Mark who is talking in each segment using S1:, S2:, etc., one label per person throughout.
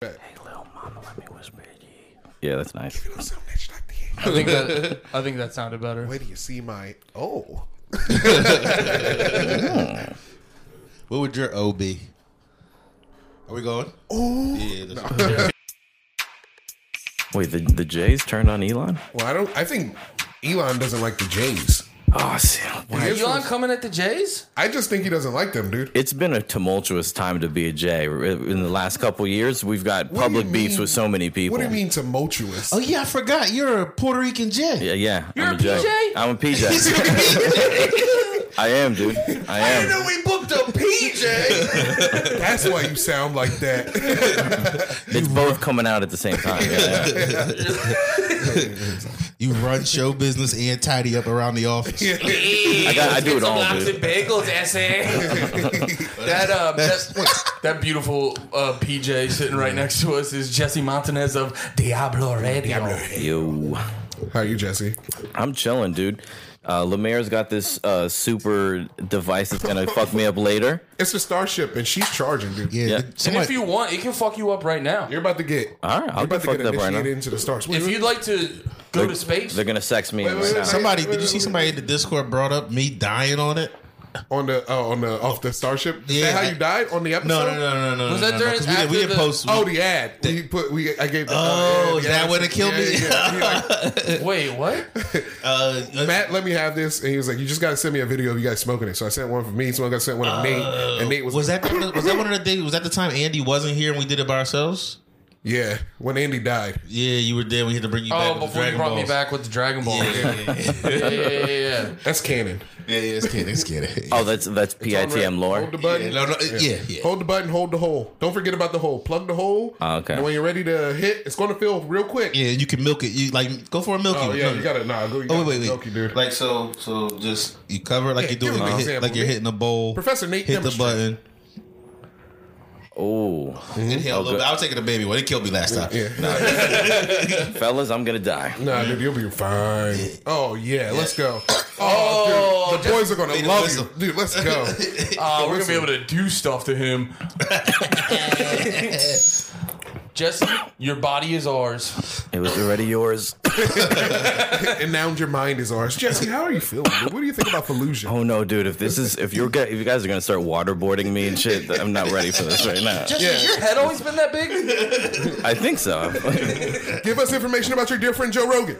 S1: back.
S2: Yeah, that's nice.
S1: You know something that's like that.
S3: I think that I think that sounded better.
S1: Where do Oh, you see my oh?
S4: What would your O be? Are we going?
S1: Oh.
S4: Yeah. that's-
S2: Wait, the the Jays turned on Elon?
S1: Well, I don't. I think Elon doesn't like the Jays.
S2: Oh, see, why-
S3: Is Elon coming at the Jays?
S1: I just think he doesn't like them, dude.
S2: It's been a tumultuous time to be a Jay. In the last couple years, we've got
S1: What do you
S2: public beefs
S1: mean-
S2: with so many people.
S1: What do you mean tumultuous?
S4: Oh yeah, I forgot. You're a Puerto Rican Jet.
S2: Yeah, yeah.
S3: You're
S2: I'm
S3: a
S2: Jay.
S3: PJ?
S2: I'm a PJ. I am, dude. I am.
S4: we booked a PJ.
S1: That's why you sound like that.
S2: It's both coming out at the same time. Yeah, yeah.
S4: you run show business and tidy up around the office.
S2: I, got, I do it
S3: Some
S2: all,
S3: lox
S2: dude.
S3: and bagels, essay. that uh, that, that beautiful uh, PJ sitting right next to us is Jesse Montanez of Diablo Radio.
S4: Oh,
S2: Yo.
S1: How are you, Jesse?
S2: I'm chilling, dude. Uh, Lemaire's got this uh, super device that's gonna fuck me up later.
S1: It's the Starship, and she's charging, dude.
S4: Yeah.
S2: Yeah.
S4: th-
S3: And
S4: somebody-
S3: if you want, it can fuck you up right now.
S1: You're about to get.
S2: All right, I'll
S1: you're about
S2: get
S1: to get
S2: fucked up right
S1: initiated
S2: now.
S1: into the stars.
S3: If you'd like to go to space,
S2: They're gonna sex me.
S1: Wait, wait, wait,
S2: right
S4: somebody, did you see somebody in the Discord brought up me dying on it?
S1: on the uh, on the off the Starship, is that
S4: Yeah.
S1: how you died on the episode?
S4: No, no, no, no, no.
S3: Was
S4: no,
S3: that
S4: no,
S3: during-
S4: 'cause we, didn't-
S3: after
S4: we didn't
S3: the-
S4: post?
S1: Oh, the ad. We put we. I gave. The, uh,
S4: Oh,
S1: yeah,
S4: is
S1: the
S4: that
S1: ad.
S4: what it killed
S1: Yeah,
S4: me?
S1: yeah, yeah. He like,
S3: wait, what?
S4: uh,
S1: Matt, let me have this, and he was like, "You just got to send me a video of you guys smoking it." So I sent one for me. Someone got sent one of Nate, and Nate was,
S4: Oh. uh, was that was that one of the days? Was that the time Andy wasn't here and we did it by ourselves?
S1: "Yeah." When Andy died,
S4: Yeah, you were there. We had to bring you
S3: Oh,
S4: back. with the
S3: before you
S4: Dragon
S3: brought me
S4: Balls.
S3: back with the Dragon Ball.
S4: Yeah, yeah, yeah, yeah.
S3: yeah, yeah, yeah, yeah.
S1: that's canon.
S4: Yeah, yeah, it's kidding, it's kidding.
S2: Oh, that's that's PITM lore.
S1: Hold the
S4: yeah,
S1: button.
S4: no, no, yeah, yeah.
S1: Hold the button. Hold the hole. Don't forget about the hole. Plug the hole.
S2: Oh, okay.
S1: And when you're ready to hit, it's going to feel real quick.
S4: Yeah, you can milk it. You like go for a milky.
S1: Oh
S4: one.
S1: yeah,
S4: No,
S1: you gotta nah. Go. You
S4: Oh
S1: gotta
S4: wait, wait, wait.
S1: milk it, dude.
S4: Like so, so just you cover it like
S1: Yeah,
S4: you're doing
S1: give him
S4: like,
S1: an
S4: hit-
S1: example,
S4: like you're
S1: Nate.
S4: hitting a bowl.
S1: Professor Nate
S4: hit the
S1: demonstrate.
S4: button.
S2: Oh,
S4: Inhale a little
S2: good.
S4: bit. I was taking a baby one. It killed me last time.
S1: yeah.
S2: fellas, I'm gonna die.
S1: Nah, dude, you'll be fine. Oh yeah, let's go. Oh, dude, the boys are gonna
S4: made a
S1: love you,
S4: whistle.
S1: dude. Let's go.
S3: Uh, we're gonna be able to do stuff to him. Jesse, your body is ours.
S2: It was already yours.
S1: and now your mind is ours. Jesse, how are you feeling? dude? What do you think about Fallujah?
S2: Oh no, dude! If this is if you're gu- if you guys are gonna start waterboarding me and shit, I'm not ready for this right now.
S3: Has your head always been that big?
S2: I think so.
S1: Give us information about your dear friend Joe Rogan.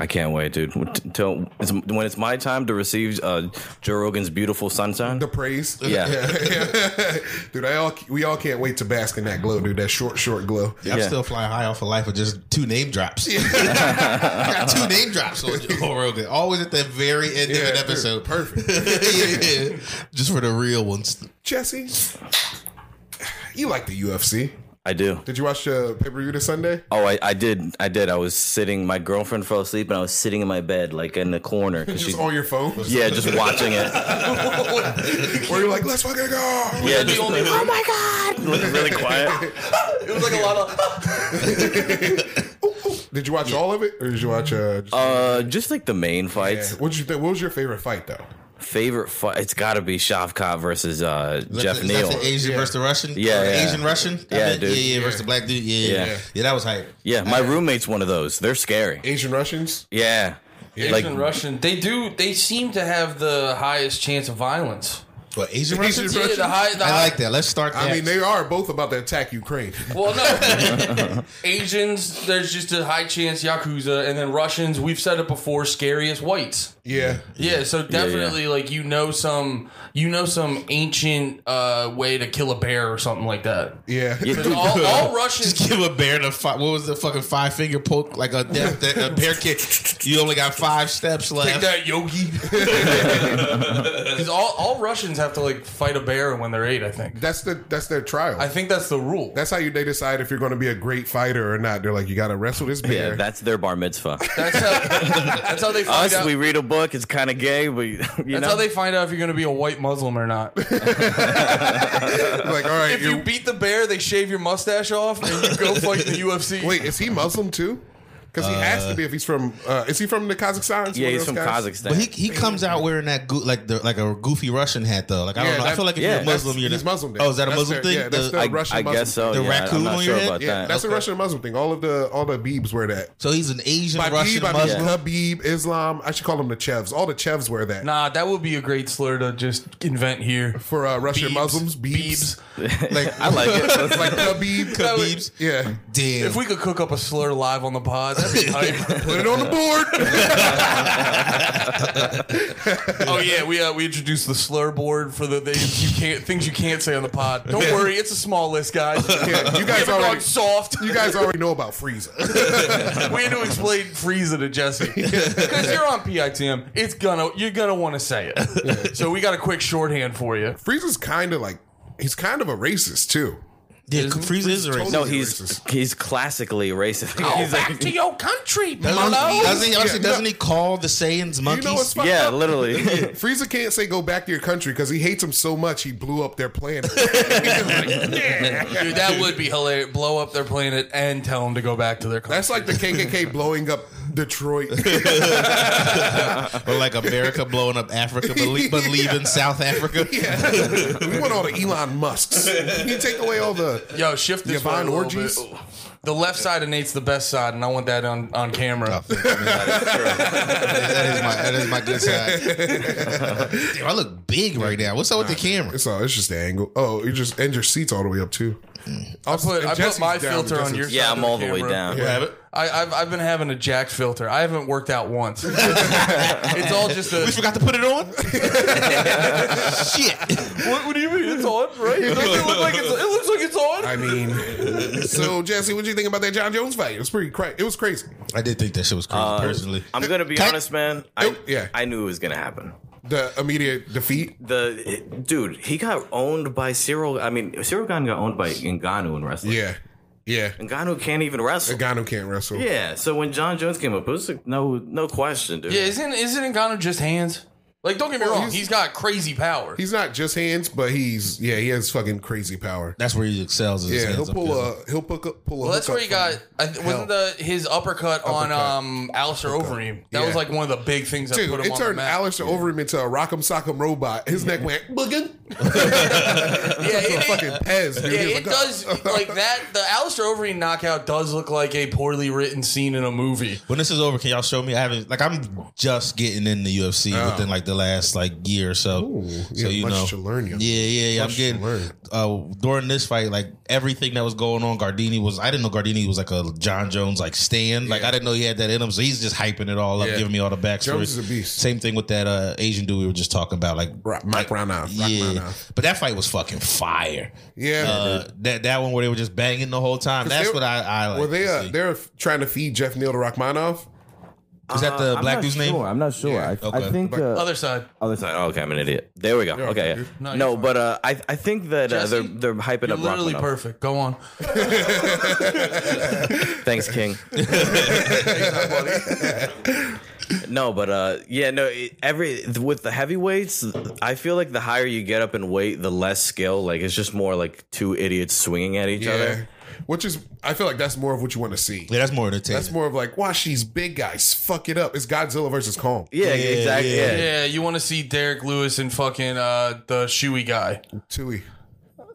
S2: I can't wait, dude. Till it's, when it's my time to receive uh, Joe Rogan's beautiful sunshine.
S1: The praise.
S2: Yeah.
S1: dude, I all we all can't wait to bask in that glow, dude. That short, short glow.
S4: I'm
S2: Yeah.
S4: still flying high off of life with just two name drops. I got two name drops on Joe Rogan. Always at the very end
S1: Yeah,
S4: of an
S1: dude,
S4: episode. Perfect. yeah, yeah. Just for the real ones.
S1: Jesse, you like the UFC?
S2: I do.
S1: Did you watch the pay per view this Sunday?
S2: Oh, I, I did. I did. I was sitting. My girlfriend fell asleep, and I was sitting in my bed, like in the corner, because
S1: Just
S2: she's
S1: on your phone?
S2: yeah, just watching it.
S1: Where you're like, let's fucking go.
S2: Yeah,
S3: You're the
S2: just
S3: only
S2: oh my god, looking really quiet.
S3: It was like a lot of.
S1: Did you watch all of it, or did you watch? Uh, just,
S2: Uh, just like the main fights.
S1: what you think? What was your favorite fight though?
S2: Favorite fight? It's got to be Shavkat versus uh,
S4: Is that
S2: Jeff
S4: the- is that
S2: Neal.
S4: the Asian
S1: Yeah.
S4: versus the Russian?
S2: Yeah,
S4: Or the
S2: yeah.
S4: Asian Russian. I
S2: Yeah,
S4: meant?
S2: dude.
S4: Yeah, yeah, versus the black dude. Yeah, yeah,
S2: Yeah.
S4: yeah. Yeah, that was hype.
S2: yeah, my roommate's one of those. They're scary.
S1: Asian Russians.
S2: Yeah, like
S3: Asian Russian. They do. They seem to have the highest chance of violence.
S4: But Asian
S1: Asian
S4: Russian.
S1: Russian?
S3: Yeah, the high, the
S4: I
S3: high-
S4: like that. Let's start. That.
S1: I mean, they are both about to attack Ukraine.
S3: Well, no. Asians, there's just a high chance yakuza, and then Russians. We've said it before. Scariest whites.
S1: Yeah,
S3: Yeah, so
S2: yeah.
S3: definitely like you know some you know some ancient uh way to kill a bear or something like that.
S1: yeah.
S2: Yeah.
S3: All, all
S4: just
S3: Russians
S4: give a bear the fi- what was the fucking five finger poke like a death that a bear kick. You only got five steps
S3: take
S4: left.
S3: that yogi. Cuz all all Russians have to like fight a bear when they're 8, I think.
S1: That's the that's their trial.
S3: I think that's the rule.
S1: that's how you they decide if you're going to be a great fighter or not. They're like, you got to wrestle this
S2: yeah,
S1: bear.
S2: that's their bar mitzvah.
S3: That's how that's how they find
S2: Us,
S3: out
S2: we read a book. It's kind of gay, but you
S3: that's
S2: know.
S3: how they find out if you're going to be a white Muslim or not.
S1: like, all right,
S3: If you
S1: you're-
S3: beat the bear, they shave your mustache off and you go fight in the UFC.
S1: wait, is he Muslim too? Because he has to be if he's from. Uh, is he from the Kazakhstan?
S2: Yeah, he's from
S4: But
S2: Kazakhstan.
S4: he he comes out wearing that goo, like the like a goofy Russian hat though. Like I don't
S1: Yeah,
S4: know. I
S1: that-
S4: feel like if
S2: yeah,
S4: you're a Muslim, you're
S1: he's
S4: not-
S1: Muslim. there.
S4: Oh, is that a
S1: That's their-
S4: Muslim thing?
S1: Yeah, that's
S4: The-
S1: their
S2: I,
S1: Russian
S2: I
S1: Muslim.
S2: guess so.
S4: The
S2: yeah, I-
S4: raccoon
S2: I'm not
S4: on
S2: sure
S4: your head?
S2: about
S1: Yeah,
S2: that.
S1: that's a Russian Muslim thing. All of the all the Biebs wear that.
S4: so he's an Asian
S1: By
S4: Russian
S1: Bieb, I mean
S4: Muslim.
S1: Habib, Islam. I should call them the Chevs. All the Chevs wear that.
S3: Nah, that would be a great slur to just invent here.
S1: For uh, Russian
S3: Biebs.
S1: Muslims, Biebs.
S4: Like
S2: I like it.
S1: like Habib.
S4: Khabib's.
S1: Yeah.
S4: Damn.
S3: If we could cook up a slur live on the pod, that'd be hype.
S1: Put it on the board.
S3: oh yeah, we uh, we introduced the slur board for the things you can't things you can't say on the pod. Don't worry, it's a small list, guys.
S1: Yeah, you
S3: you
S1: guys
S3: guys are
S1: already-
S3: soft.
S1: you guys already know about Frieza.
S3: we had to explain Frieza to Jesse because you're on PITM. It's gonna you're gonna want to say it. so we got a quick shorthand for you.
S1: Frieza's kind of like he's kind of a racist too.
S4: yeah, Frieza is a racist.
S2: no, he's he's classically racist.
S3: Oh,
S2: he's like,
S3: to your country,
S4: Doesn't, doesn't he,
S1: Yeah,
S4: actually,
S1: no.
S4: doesn't he call the Saiyans
S1: You
S4: monkeys?
S1: know what's fucked
S2: yeah,
S1: up?
S2: literally.
S1: Frieza can't say go back to your country because he hates him so much he blew up their planet. yeah.
S3: Dude, that would be hilarious. Blow up their planet and tell them to go back to their country.
S1: That's like the KKK blowing up Detroit.
S4: or like America blowing up Africa, but, le- but leaving South Africa.
S1: we want all the Elon Musks. You take away all the
S3: Yo, shift this
S1: Divine
S3: one a little
S1: orgies?
S3: bit. The left side of Nate's the best side, and I want that on, on camera.
S4: That is my that is my good side. Damn, I look big right now. What's up with the camera?
S1: It's all. It's just the angle. Oh, you just and your seats all the way up too.
S3: I'll put, I put
S1: Jesse's
S3: my
S1: down,
S3: filter on
S1: Jesse's-
S3: your side.
S2: yeah,
S3: of
S2: I'm all the way
S3: camera.
S2: down.
S1: Yeah.
S3: I, I've, I've been having a jack filter. I haven't worked out once. it's all just a.
S4: We forgot to put it on. Shit.
S3: What, what do you mean it's on? Right? It doesn't look like it's. It looks like it's on.
S1: I mean, so Jesse, what do you think about that John Jones fight? It was pretty cra It was crazy.
S4: I did think that shit was crazy personally.
S2: Uh, I'm gonna be
S4: Can I-
S2: honest, man.
S4: Oh,
S2: I
S1: yeah.
S2: I knew it was gonna happen.
S1: The immediate defeat.
S2: The dude, he got owned by Cyril. I mean, Cyril Gan got owned by Ngannou in wrestling.
S1: Yeah, yeah.
S2: Ngannou can't even wrestle.
S1: Ngannou can't wrestle.
S2: Yeah, so when John Jones came up, it was like no, no question, dude.
S3: Yeah, isn't isn't Ngannou just hands? Like, don't get me wrong,
S1: he's-
S3: he's got crazy power.
S1: He's not just hands, but he's yeah, he has fucking crazy power.
S4: That's where he excels. Is his
S1: Yeah,
S4: hands
S1: he'll
S4: up
S1: pull
S4: there.
S1: a he'll pull a pull a.
S3: Well, that's
S1: hookup
S3: where he got.
S1: from-
S3: I, th- wasn't the his uppercut, on
S1: Uppercut.
S3: um Alistair Overeem? That was
S1: Yeah.
S3: like one of the big things that
S1: Dude,
S3: put him
S1: it
S3: on the
S1: turned
S3: map.
S1: Alistair Overeem into a Rock'em Sock'em robot. His neck went boogin.
S3: yeah, it,
S1: fucking Pez, dude.
S3: yeah,
S1: He was like,
S3: it
S1: "Oh."
S3: does like that. The Alistair Overeem knockout does look like a poorly written scene in a movie.
S4: When this is over, can y'all show me? I haven't like I'm just getting in the UFC within like the last like year or so. so
S1: yeah,
S4: you
S1: much
S4: know,
S1: to learn,
S4: Yeah,
S1: young-
S4: yeah, yeah. I'm
S1: to
S4: getting
S1: learn.
S4: uh, during this fight, like everything that was going on. Gardini was I didn't know Gardini was like a John Jones like stand. Like I didn't know he had that in him. So he's just hyping it all up,
S1: Yeah.
S4: giving me all the backstory.
S1: Jones is a beast.
S4: Same thing with that uh, Asian dude we were just talking about. Like
S1: Rock, Mike Ranoff. Rock
S4: yeah,
S1: Ranoff.
S4: but that fight was fucking fire.
S1: Yeah.
S4: Uh, that that one where they were just banging the whole time. That's
S1: they-
S4: what I, I like.
S1: Well, they
S4: to
S1: uh,
S4: see.
S1: they're f- trying to feed Jeff Neal to Rachmanov.
S4: is that the
S2: Uh, I'm
S4: black
S2: not
S4: dude's name?
S2: sure. I'm not sure. I,
S4: okay.
S2: I think uh,
S3: Other side,
S2: other side. Oh, okay, I'm an idiot. There we go. okay, yeah. no, but uh, I I think that uh,
S3: Jesse,
S2: they're they're hyping
S3: you're
S2: up
S3: literally
S2: Rachmaninoff.
S3: perfect. Go on.
S2: Thanks, King. no, but uh, yeah, no. it- Every with the heavyweights, I feel like the higher you get up in weight, the less skill. Like it's just more like two idiots swinging at each
S1: Yeah.
S2: other.
S1: Which is, I feel like that's more of what you want to see.
S4: Yeah, that's more entertaining.
S1: That's more of like, wow, she's big guys. Fuck it up. It's Godzilla versus Kong.
S2: Yeah, exactly.
S4: yeah.
S2: Yeah.
S3: Yeah, you want to see Derek Lewis and fucking uh, the Shuey guy,
S1: Tui.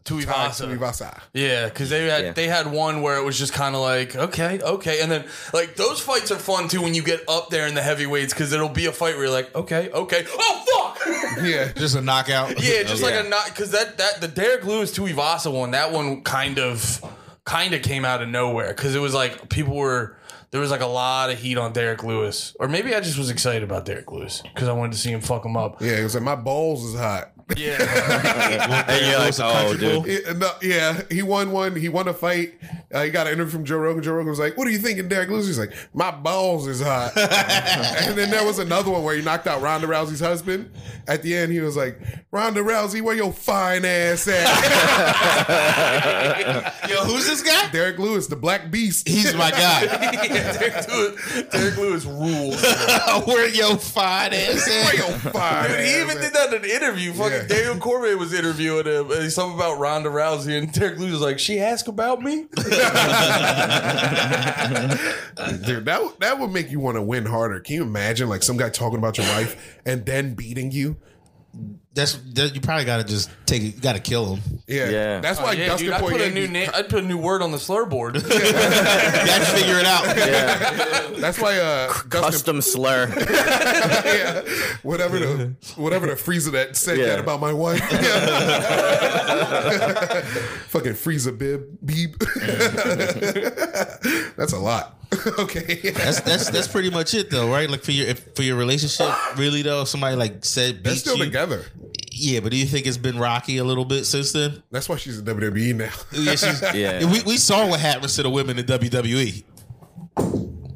S3: Tui Vasa.
S1: Tui Vasa.
S3: Yeah, because they had
S2: Yeah.
S3: they had one where it was just kind of like okay, okay, and then like those fights are fun too when you get up there in the heavyweights because it'll be a fight where you're like okay, okay, oh fuck,
S1: Yeah.
S4: Just a knockout.
S3: yeah, just
S4: Okay.
S3: like a not because that that the Derek Lewis to Ivasa one that one kind of kind of came out of nowhere because it was like people were there was like a lot of heat on Derek Lewis or maybe I just was excited about Derek Lewis because I wanted to see him fuck him up.
S1: Yeah. It was like, my balls is hot.
S3: Yeah,
S2: And you're like, oh, dude.
S1: Yeah, no, yeah, he won one. He won a fight. Uh, he got an interview from Joe Rogan. Joe Rogan was like, "What are you thinking, Derek Lewis?" He's like, "My balls is hot." and then there was another one where he knocked out Ronda Rousey's husband. At the end, he was like, "Ronda Rousey, where your fine ass at?"
S3: yo,
S4: Yo, who's this guy?
S1: Derek Lewis, the Black Beast.
S4: He's my guy.
S3: Yeah, Derek Lewis, Derek Lewis rules.
S4: Where your fine ass at?
S1: Real fire.
S3: Dude, he even did that in an interview. Fucking
S1: Yeah.
S3: Daniel Corbett was interviewing him, and something about Ronda Rousey, and Derek Lewis was like, "She asked about me."
S1: Dude, that would- that would make you want to win harder. Can you imagine like some guy talking about your life and then beating you?
S4: That's that, you probably gotta just take it. You gotta kill him.
S1: Yeah,
S2: Yeah.
S1: that's why
S3: Oh, yeah,
S1: Dustin
S3: dude, I put a
S1: Poirier.
S3: new name. I'd put a new word on the slur board.
S4: Gotta figure it out.
S1: that's why uh, Dustin,
S2: Custom slur.
S1: yeah, whatever the whatever the freezer that said
S2: Yeah.
S1: that about my wife. Yeah. Fucking freezer bib beep. that's a lot. okay.
S4: That's that's that's pretty much it though, right? Like for your if, for your relationship, really though, if somebody like said
S1: They're
S4: beat
S1: still
S4: you-
S1: together.
S4: Yeah, but do you think it's been rocky a little bit since then?
S1: That's why she's in WWE E now.
S4: Yeah, she's,
S2: Yeah.
S4: We we saw what happens to the women in WWE.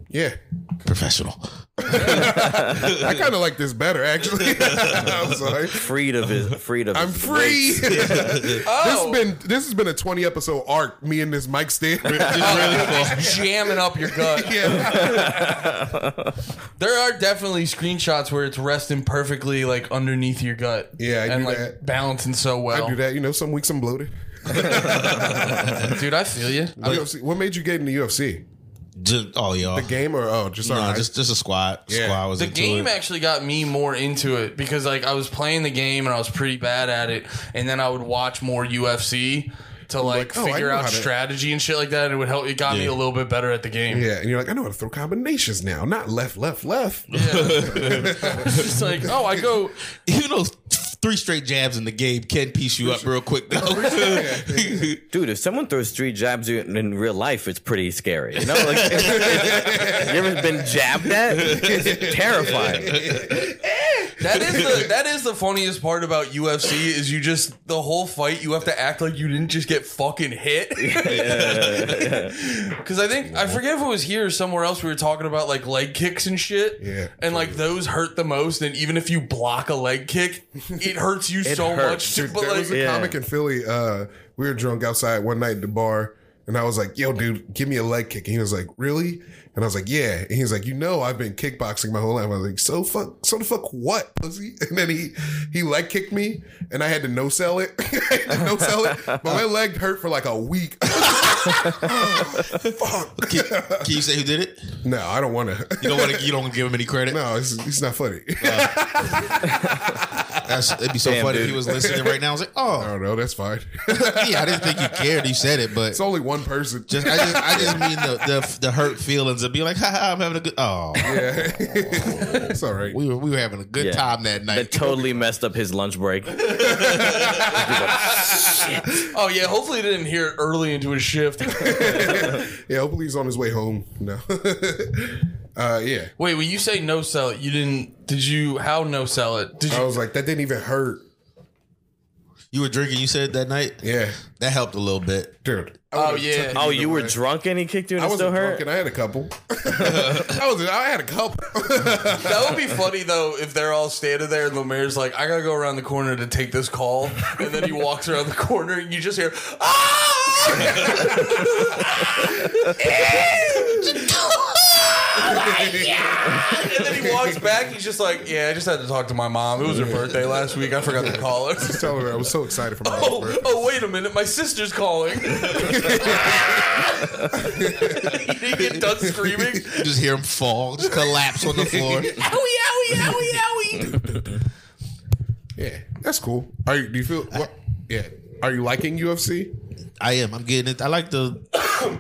S1: Yeah.
S4: Professional.
S1: I kind of like this better, actually. I'm sorry.
S2: Freed of his. Freed of.
S1: I'm
S2: his
S1: free.
S2: weights.
S3: Oh.
S1: This has been this has been a 20 episode arc. Me and this Mike Stan.
S3: Just jamming up your gut.
S1: yeah,
S3: There are definitely screenshots where it's resting perfectly, like underneath your gut.
S1: Yeah, I
S3: and
S1: do
S3: like
S1: that.
S3: balancing so well.
S1: I do that. You know, some weeks I'm bloated.
S3: dude. I feel you.
S1: I UFC, what made you get into UFC?
S4: Just, oh y'all.
S1: The game or oh, just
S4: No,
S1: our
S4: just just a squad.
S1: Yeah.
S4: Squad was
S3: the
S4: into
S3: game
S4: it.
S3: actually got me more into it because like I was playing the game and I was pretty bad at it, and then I would watch more UFC to
S1: like,
S3: like,
S1: oh, I
S3: figure
S1: know
S3: out
S1: how to-
S3: strategy and shit like that. And it would help. It got me a
S4: Yeah.
S3: little bit better at the game.
S1: yeah, and you're like, I know how to throw combinations now, not left, left, left.
S3: It's just like oh, I go.
S4: You know, three straight jabs in the game can piece you up real quick though.
S2: Dude, if someone throws three jabs at you in real life, it's pretty scary. You know, like you ever been jabbed at? It's terrifying.
S3: That is the that is the funniest part about UFC is you just the whole fight you have to act like you didn't just get fucking hit. Because I think I forget if it was here or somewhere else we were talking about like leg kicks and shit.
S1: Yeah.
S3: and like those hurt the most. And even if you block a leg kick, it hurts you so
S2: hurts.
S3: much.
S1: Dude,
S3: but
S1: there
S3: like,
S1: was a
S2: Yeah.
S1: comic in Philly. Uh, we were drunk outside one night at the bar, and I was like, "Yo, dude, give me a leg kick." And he was like, "Really?" And I was like, "Yeah." And he was like, "You know, I've been kickboxing my whole life." I was like, "So fuck, so the fuck what, pussy?" And then he he leg kicked me, and I had to no sell it, I had to no sell it. But my leg hurt for like a week.
S4: can, can you say who did it?
S1: no, I don't want to.
S4: You don't want to. You don't wanna give him any credit.
S1: No, it's, it's not funny.
S4: That's, it'd be so
S2: Damn,
S4: funny if
S2: dude.
S4: he was listening right now. I was like,
S1: I
S4: oh,
S1: don't know. That's fine.
S4: yeah, I didn't think you cared. You said it, but
S1: It's only one person.
S4: Just I just I just mean the the, the hurt feelings of being like, haha, I'm having a good oh
S1: yeah, it's all right.
S4: we were we were having a good
S2: Yeah.
S4: time that night.
S2: That totally messed up his lunch break.
S3: oh yeah, hopefully they didn't hear it early into his shift.
S1: Yeah, hopefully he's on his way home. No. uh, yeah.
S3: Wait, when you say no sell it, you didn't? Did you? How no sell it? Did you?
S1: I was like, that didn't even hurt.
S4: you were drinking, you said that night?
S1: Yeah.
S4: That helped a little bit.
S1: Dude. I
S3: Oh
S1: would've
S3: yeah.
S1: took-
S2: Oh, you were drunk and he kicked you and
S1: I
S2: it still
S1: wasn't drunk
S2: hurt.
S1: and I had a couple. I was I had a couple.
S3: That would be funny though if they're all standing there and Lemaire's like, "I gotta go around the corner to take this call," and then he walks around the corner and you just hear, "Ah!" and then he walks back. He's just like, "Yeah, I just had to talk to my mom. It was her birthday last week. I forgot to call her."
S1: Telling her I was so excited for my
S3: Oh,
S1: birthday.
S3: oh, wait a minute! My sister's calling. he get done screaming.
S4: You just hear him fall, just collapse on the floor.
S3: Owie, owie, owie, owie.
S1: Yeah. That's cool. Are you do you feel what yeah. Are you liking UFC?
S4: I am. I'm getting it. I like the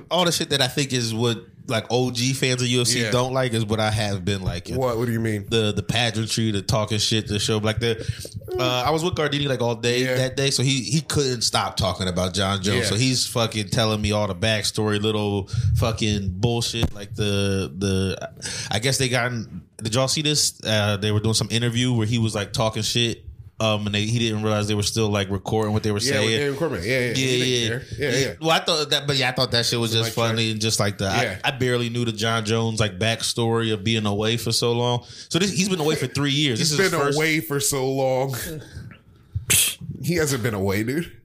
S4: all the shit that I think is what like OG fans of UFC
S1: Yeah.
S4: don't like is what I have been liking.
S1: What what do you mean?
S4: the the pageantry, the talking shit, the show like that. Uh, I was with Gardini like all day
S1: Yeah.
S4: that day, so he he couldn't stop talking about John Jones.
S1: Yeah.
S4: So he's fucking telling me all the backstory, little fucking bullshit. Like the the, I guess they got. Did y'all see this? Uh, they were doing some interview where he was like talking shit. Um, and they, he didn't realize they were still like recording what they were
S1: Yeah,
S4: saying.
S1: with Aaron Corbin. Yeah, yeah.
S4: Yeah,
S1: He
S4: yeah,
S1: didn't care. yeah, yeah.
S4: Well, I thought that, but yeah, I thought that shit was just
S1: Like,
S4: funny and just like the.
S1: Yeah.
S4: I, I barely knew the John Jones like backstory of being away for so long. So this, he's been away for three years. This
S1: He's
S4: is
S1: been
S4: his first,
S1: away for so long. he hasn't been away, dude.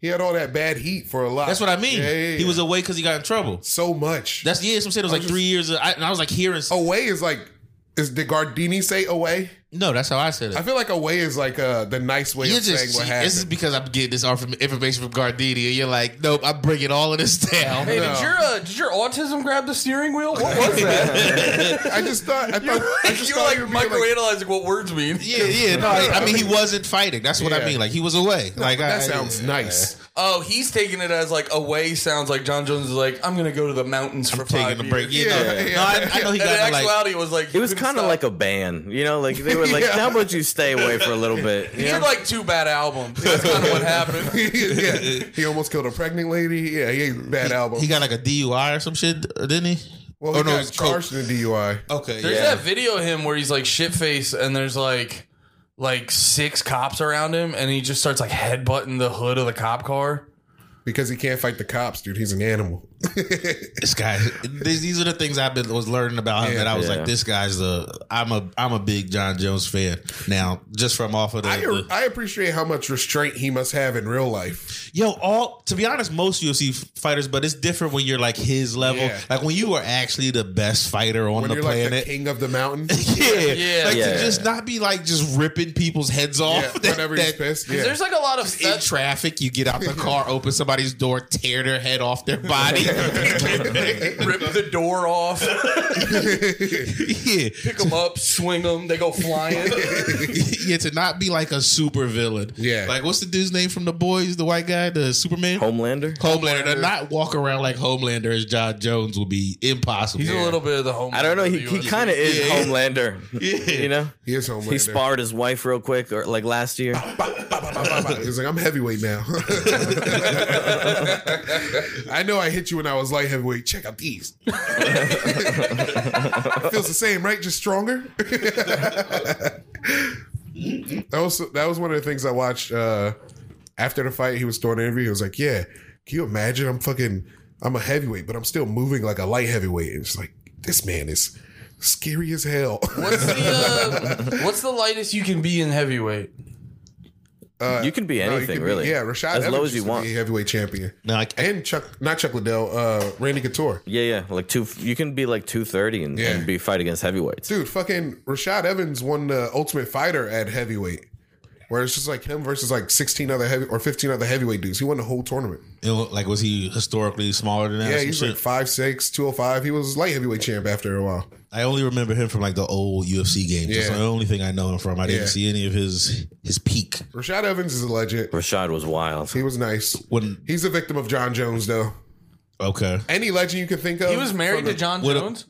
S1: He had all that bad heat for a lot.
S4: That's what I mean.
S1: Yeah, yeah, yeah.
S4: He was away because he got in trouble.
S1: so much.
S4: That's yeah. Some shit it was like three years. Of, I, and I was like hearing. Oh
S1: away is like. Is did Gardini say away?
S4: no, that's how I said it.
S1: I feel like away is like uh, the nice way
S4: You're
S1: of saying
S4: just
S1: what
S4: cheating. this is
S1: happened.
S4: because I'm getting this inf- information from Gardini, and you're like, nope, I'm bringing all of this down.
S3: Hey,
S1: No.
S3: did your uh, did your autism grab the steering wheel? What was
S1: I just thought I thought I just
S3: you were
S1: thought
S3: like
S1: you were being, like-
S3: microanalyzing what words mean.
S4: yeah, yeah, no, I, I mean he wasn't fighting. That's what I
S1: Yeah.
S4: mean. Like he was away. like I,
S1: that sounds nice.
S3: Oh, he's taking it as like away sounds like John Jones is like, I'm gonna go to the mountains for five
S4: taking a break.
S3: years.
S4: Yeah, no,
S1: Yeah.
S4: no, I, I know
S3: and in
S4: he got in, like.
S3: actuality, it was like
S2: It was kind of like a ban, you know. Like they were like,
S1: Yeah.
S2: "How about you stay away for a little bit?" You
S3: he
S2: know?
S3: did like two bad albums. That's kind of what happened.
S1: yeah, he almost killed a pregnant lady. Yeah, he ain't bad album.
S4: He got like a DUI or some shit, uh, didn't he?
S1: well, he
S4: oh, no, it
S1: got
S4: was
S1: charged in the DUI.
S4: Okay,
S3: There's
S4: yeah.
S3: that video of him where he's like shit face, and there's like like six cops around him, and he just starts like headbutting the hood of the cop car.
S1: because he can't fight the cops, dude. He's an animal.
S4: this guy. These, these are the things I've been was learning about him that I was
S2: Yeah.
S4: like, this guy's the. I'm a I'm a big John Jones fan now, just from off of the,
S1: I,
S4: the-
S1: I appreciate how much restraint he must have in real life.
S4: yo. All to be honest, most UFC f- fighters, but it's different when you're like his level.
S1: Yeah.
S4: Like when you are actually the best fighter on
S1: When
S4: the
S1: you're like the
S4: planet.
S1: king of the mountain.
S4: yeah,
S3: Yeah.
S4: Like
S2: Yeah.
S4: to just not be like just ripping people's heads off.
S1: yeah,
S4: that-
S1: whenever he's
S4: that-
S1: pissed.
S3: 'Cause
S1: Yeah.
S3: There's like a lot of
S4: in
S3: theft.
S4: traffic, you get out the car, open somebody's door, tear their head off their body.
S3: Rip the door off,
S4: yeah.
S3: pick them up, swing them. They go flying.
S4: yeah, to not be like a super villain.
S1: Yeah.
S4: Like what's the dude's name from the boys, the white guy, the Superman?
S2: Homelander.
S4: Homelander. To not walk around like Homelander as John Jones would be impossible.
S3: He's a little bit of the home.
S2: I don't know. He, he kind of is
S4: Yeah.
S2: Homelander. You know,
S1: he is Homelander.
S2: he sparred his wife real quick, or like last year.
S1: He's like, I'm heavyweight now. I know I hit you when I was light heavyweight. Check out these. Feels the same, right? Just stronger. that was that was one of the things I watched uh, after the fight. He was doing an interview. He was like, "Yeah, can you imagine? I'm fucking, I'm a heavyweight, but I'm still moving like a light heavyweight." It's like this man is scary as hell.
S3: What's the uh, what's the lightest you can be in heavyweight?
S2: you can be
S1: Uh, No, you
S2: anything,
S1: could be-
S2: really.
S1: Yeah, Rashad
S2: as
S1: Evans
S2: low as you
S1: used to
S2: want.
S1: be a
S2: Yeah,
S1: heavyweight champion.
S4: No, I can't.
S1: and Chuck, not Chuck Liddell, uh, Randy Couture.
S2: yeah, like two. You can be like two thirty and,
S1: Yeah.
S2: and be fight against heavyweights.
S1: Dude, fucking Rashad Evans won the Ultimate Fighter at heavyweight, where it's just like him versus like sixteen other heavy or fifteen other heavyweight dudes. He won the whole tournament.
S4: It wa- like was he historically smaller than that? or
S1: Yeah,
S4: some
S1: he's
S4: shit?
S1: like 5'6", 205. He was light heavyweight champ after a while.
S4: I only remember him from like the old UFC games. That's
S1: Yeah.
S4: the only thing I know him from. I didn't
S1: Yeah.
S4: see any of his his peak.
S1: Rashad Evans is a legend.
S2: Rashad was wild.
S1: He was nice.
S4: When
S1: He's a victim of John Jones, though.
S4: okay.
S1: Any legend you can think of.
S3: He was married to
S1: from the-
S3: John
S4: What a-
S3: Jones.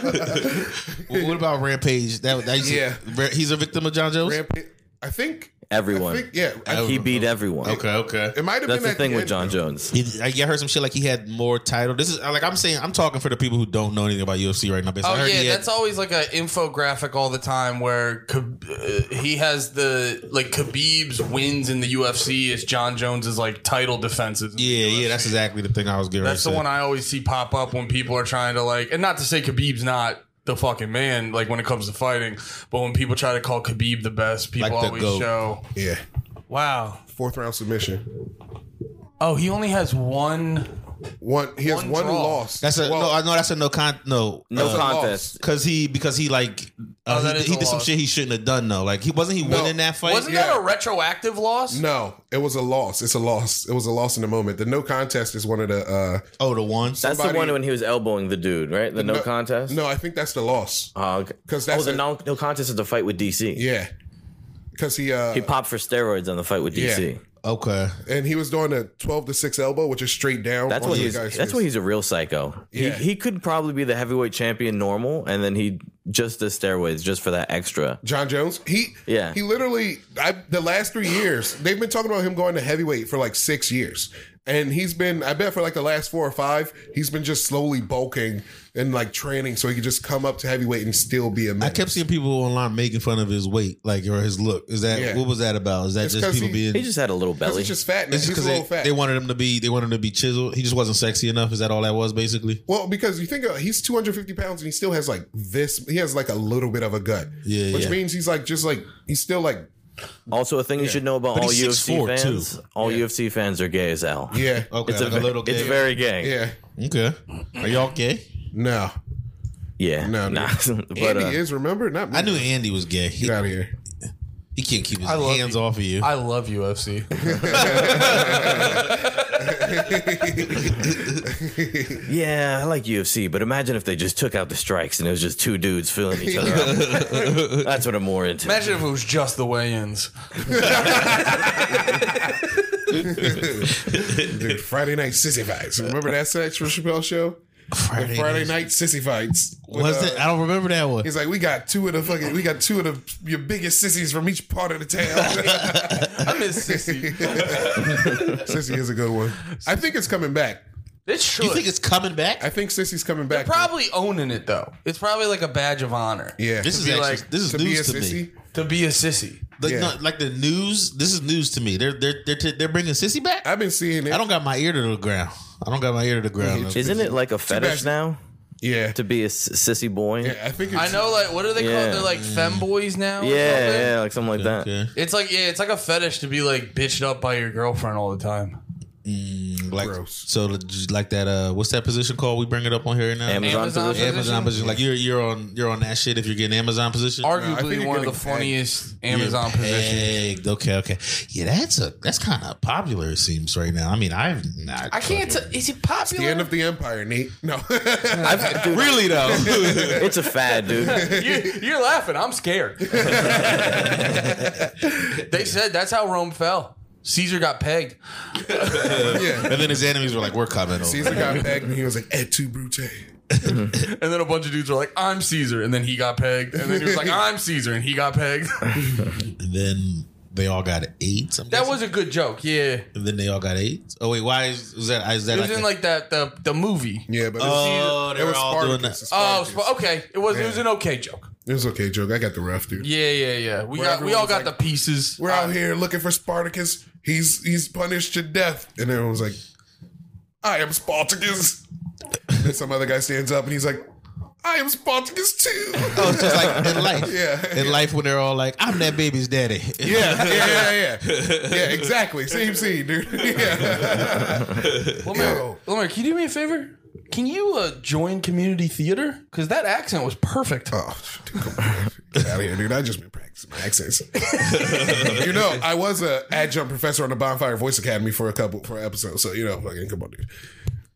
S4: Well, what about Rampage? That, that
S1: Yeah.
S4: yeah. He's a victim of John Jones.
S1: Ramp- I think. I
S2: Everyone.
S1: think. Yeah. I-
S2: he beat everyone.
S4: okay, okay.
S1: it might have
S2: That's
S1: been
S2: the
S1: at
S2: thing with
S1: end,
S2: John
S1: though.
S2: Jones.
S4: He, I I heard some shit like he had more title. This is uh, like I'm saying. I'm talking for the people who don't know anything about UFC right now. Because I
S3: Oh
S4: heard
S3: yeah,
S4: he had-
S3: that's always like an infographic all the time where Kh- uh, he has the like Khabib's wins in the UFC is John Jones's like title defenses.
S4: yeah, yeah. That's exactly the thing I was getting.
S3: that's the
S4: ready to
S3: one I always see pop up when people are trying to like, and not to say Khabib's not the fucking man like when it comes to fighting, but when people try to call Khabib the best, people
S4: Like the
S3: always
S4: GOAT.
S3: show
S1: Yeah.
S3: wow.
S1: Fourth round submission.
S3: Oh, he only has one.
S1: One. He has
S3: One
S1: one,
S3: draw.
S1: loss.
S4: That's a no. I know that's a no con no.
S2: No
S1: That's a
S2: contest.
S4: Because he because he like uh,
S3: Oh, that
S4: he,
S3: is
S4: he
S3: a
S4: did some
S3: loss.
S4: shit he shouldn't have done though. Like he wasn't he winning that fight.
S3: Wasn't that a retroactive loss?
S1: No, it was a loss. It's a loss. It was a loss in the moment. The no contest is one of the. uh
S4: oh the one.
S2: That's the
S1: somebody-
S2: one when he was elbowing the dude, right? The no, contest.
S1: No, I think that's the loss.
S2: Oh, okay.
S1: 'Cause
S2: oh,
S1: that's
S2: the
S1: a-
S2: no, no contest is the fight with DC.
S1: Yeah, because he uh
S2: He popped for steroids on the fight with DC.
S1: Yeah.
S4: okay.
S1: and he was doing a twelve to six elbow, which is straight down.
S2: That's
S1: on
S2: what
S1: the
S2: he's.
S1: guy's
S2: That's
S1: fist.
S2: what he's a real psycho.
S1: Yeah.
S2: He, he could probably be the heavyweight champion normal, and then he just does steroids just for that extra.
S1: John Jones. He
S2: Yeah.
S1: He literally. I, the last three years, they've been talking about him going to heavyweight for like six years, And he's been, I bet for like the last four or five, he's been just slowly bulking and like training so he could just come up to heavyweight and still be a man.
S4: I kept seeing people online making fun of his weight, like or his look. Is that
S1: Yeah.
S4: what was that about? Is that
S1: It's
S4: just
S1: 'cause
S4: people
S1: he-
S4: being?
S2: He just had a little
S1: Because
S2: belly.
S1: he's just fat. Now.
S4: it's
S1: He's
S4: just
S1: a
S4: because
S1: little
S4: they,
S1: fat.
S4: they wanted him to be. They wanted him to be chiseled. He just wasn't sexy enough. Is that all that was basically?
S1: Well, because you think uh, he's 250 pounds and he still has like this, he has like a little bit of a gut.
S4: Yeah,
S1: Which
S4: yeah.
S1: means he's like, just like, he's still like,
S2: also, a thing you should know about
S4: But
S2: all
S4: he's
S2: UFC
S4: 6'4" too.
S2: fans: all UFC fans are gay as hell.
S1: yeah.
S4: Okay,
S2: It's a,
S4: like
S2: ve-
S4: little.
S2: It's
S4: gay.
S2: very gay.
S1: Yeah.
S4: okay. Are y'all gay?
S1: No.
S2: Yeah.
S1: No,
S2: nah. but
S1: Andy
S2: uh,
S1: is, remember? Not me.
S4: I knew Andy was gay. He,
S1: Get out of here.
S4: he can't keep his
S3: I love
S4: hands
S3: you.
S4: off of you.
S3: I love UFC.
S2: yeah, I like UFC, but imagine if they just took out the strikes and it was just two dudes filling each other up. That's what I'm more into.
S3: Imagine if it was just the weigh-ins.
S1: Dude, Friday night sissy fights. Remember that sex for Chappelle show?
S4: Friday,
S1: Friday night sissy fights. With,
S4: Was
S1: uh,
S4: it? I don't remember that one.
S1: He's like, we got two of the fucking, we got two of the your biggest sissies from each part of the town.
S3: I miss Sissy.
S1: sissy is a good one. I think it's coming back.
S3: It should.
S4: You think it's coming back?
S1: I think sissy's coming back.
S3: probably owning it though. It's probably like a badge of honor.
S1: yeah.
S4: this is
S3: be
S4: actually
S3: like,
S4: this is
S1: to be a
S4: news to me.
S1: sissy.
S3: To be a sissy.
S4: Like,
S1: Yeah.
S4: no, like the news. This is news to me. They're they're they're, t- they're bringing sissy back.
S1: I've been seeing it.
S4: I don't got my ear to the ground. I don't got my ear to the ground.
S2: Isn't it like a fetish
S1: bad.
S2: now
S1: yeah.
S2: to be a s- sissy boy?
S1: yeah. I think it's,
S3: I know like what are they
S2: Yeah.
S3: called? They're like femboys now.
S4: Oh,
S3: or something?
S2: Yeah, yeah, like something like that.
S4: Okay.
S3: It's like yeah, it's like a fetish to be like bitched up by your girlfriend all the time.
S4: Like
S1: Gross.
S4: so, like that. Uh, what's that position called? We bring it up on here right now.
S2: Amazon,
S3: Amazon
S2: position.
S3: position?
S4: Amazon position. Like you're you're on you're on that shit if you're getting Amazon position.
S1: I think
S3: Arguably
S1: you're
S3: one of the
S1: getting
S3: funniest
S4: You're
S3: Amazon positions.
S4: pegged. Okay, okay. Yeah, that's a that's kind of popular. It seems right now. I mean, I've not.
S3: I can't. T- is it popular?
S1: the end of the empire, Nate. No.
S2: I've- dude,
S4: really though.
S2: it's a fad, dude.
S3: you, you're laughing. I'm scared. they said that's how Rome fell. Caesar got pegged.
S1: yeah.
S4: and then his enemies were like, "We're coming over."
S1: Caesar got back and he was like, et tu, Brute.
S3: And then a bunch of dudes were like, I'm Caesar. And then he got pegged. And then he was like, I'm Caesar. And he got pegged.
S4: And then they all got eight.
S3: That was a good joke. Yeah.
S4: And then they all got eight. Oh wait, why is, was that? Is that
S3: It was
S4: like
S3: in
S4: a-
S3: like that, the, the movie.
S1: Yeah, but
S4: Oh, they
S1: it
S4: were
S1: was
S4: all doing
S1: Spartacus.
S4: that. oh.
S3: Oh,
S1: Spartacus.
S3: sp- okay. It was, it was an okay joke.
S1: It was okay, joke. I got the rough, dude.
S3: Yeah, yeah, yeah. We
S1: Where
S3: got, we all
S1: everyone's
S3: got
S1: like-
S3: the pieces. Uh,
S1: We're out here looking for Spartacus. He's he's punished to death. And everyone's like, I am Spartacus. then some other guy stands up and he's like, I am Spartacus too.
S4: Oh, it's just like in life.
S1: Yeah.
S4: In life when they're all like, I'm that baby's daddy.
S1: yeah, yeah, yeah, yeah. Yeah, exactly. Same scene, dude. yeah.
S3: Lemire, Lemire, can you do me a favor? Can you uh, join community theater? Because that accent was perfect.
S1: Oh, dude, come on. Get out of here, dude. I just been practicing my accents. you know, I was a adjunct professor on the Bonfire Voice Academy for a couple for an episode. So, you know, fucking come on, dude.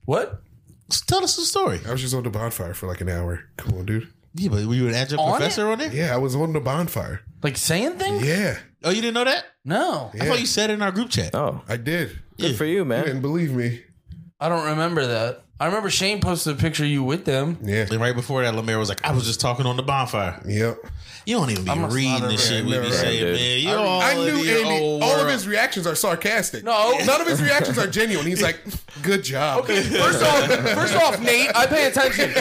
S3: What?
S4: Tell us the story.
S1: I was just on the bonfire for like an hour. Come on, dude.
S4: Yeah, but were you an adjunct
S3: On
S4: professor on there?
S1: Yeah, I was on the bonfire.
S3: Like saying things?
S1: Yeah,
S4: Oh, you didn't know that?
S3: No.
S4: I thought you said it in our group chat.
S2: Oh,
S1: I did.
S2: good for you,
S1: You
S2: man.
S1: didn't believe me.
S3: I don't remember that. I remember Shane posted a picture of you with them.
S1: Yeah.
S4: And right before that, Lemire was like, I was just talking on the bonfire.
S1: Yep.
S4: You don't even be
S3: a
S4: reading
S3: slaughter
S4: the
S3: rat.
S4: shit we be
S1: Right,
S4: saying,
S2: dude.
S4: man. You all
S1: I knew
S4: in your own
S1: Andy. All of
S4: world.
S1: his reactions are sarcastic.
S3: No.
S1: none of his reactions are genuine. He's like, "Good job."
S3: Okay, first off, first off, Nate, I pay attention.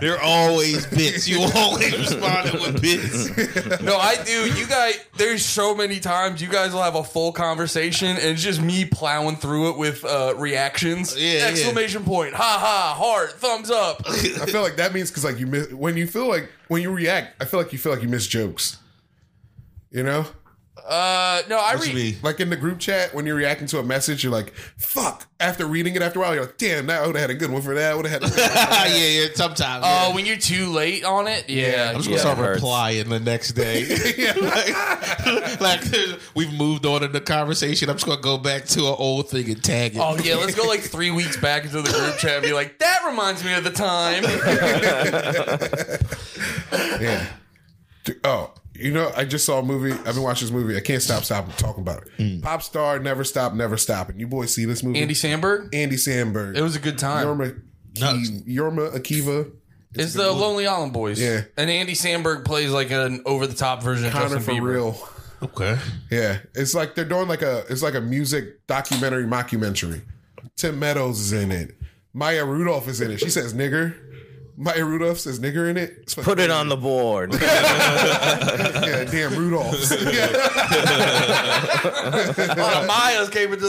S4: They're always bits. You always responding with bits.
S3: no, I do. You guys, there's so many times you guys will have a full conversation, and it's just me plowing through it with uh, reactions.
S4: Yeah, yeah.
S3: Exclamation point! Ha ha! Heart! Thumbs up!
S1: I feel like that means because like you miss when you feel like when you react, I feel like you feel like you miss jokes. You know,
S3: Uh, no, I
S4: What you
S3: read.
S4: mean?
S1: like in the group chat when you're reacting to a message, you're like, "Fuck!" After reading it, after a while, you're like, "Damn, that would have had a good one for that. Would have had." A
S4: yeah, Oh, yeah, sometimes.
S3: Uh,
S4: yeah.
S3: when you're too late on it, yeah.
S4: I'm just
S3: yeah.
S4: gonna start
S2: it hurts.
S4: replying the next day. like, we've moved on in the conversation. I'm just gonna go back to an old thing and tag it.
S3: Oh yeah, let's go like three weeks back into the group chat and be like, that reminds me of the time.
S1: yeah. D- Oh, you know, I just saw a movie. I've been watching this movie. I can't stop stopping talking about it. Pop star, never stop, never stopping. You boys see this movie?
S3: Andy Sandberg.
S1: Andy Sandberg.
S3: It was a good time.
S1: Yorma,
S4: No.
S1: Ki- Yorma Akiva.
S3: It's the Lonely Island Boys.
S1: Yeah.
S3: And Andy Sandberg plays like an over the top version of
S1: Connor
S3: Justin
S1: for
S3: Bieber.
S1: real.
S4: Okay.
S1: Yeah, it's like they're doing like a it's like a music documentary mockumentary. Tim Meadows is in it. Maya Rudolph is in it. She says nigger. Maya Rudolph says nigger in it. It's fucking
S2: Put it on the board.
S1: yeah, damn Rudolphs.
S3: A lot of Mayas came into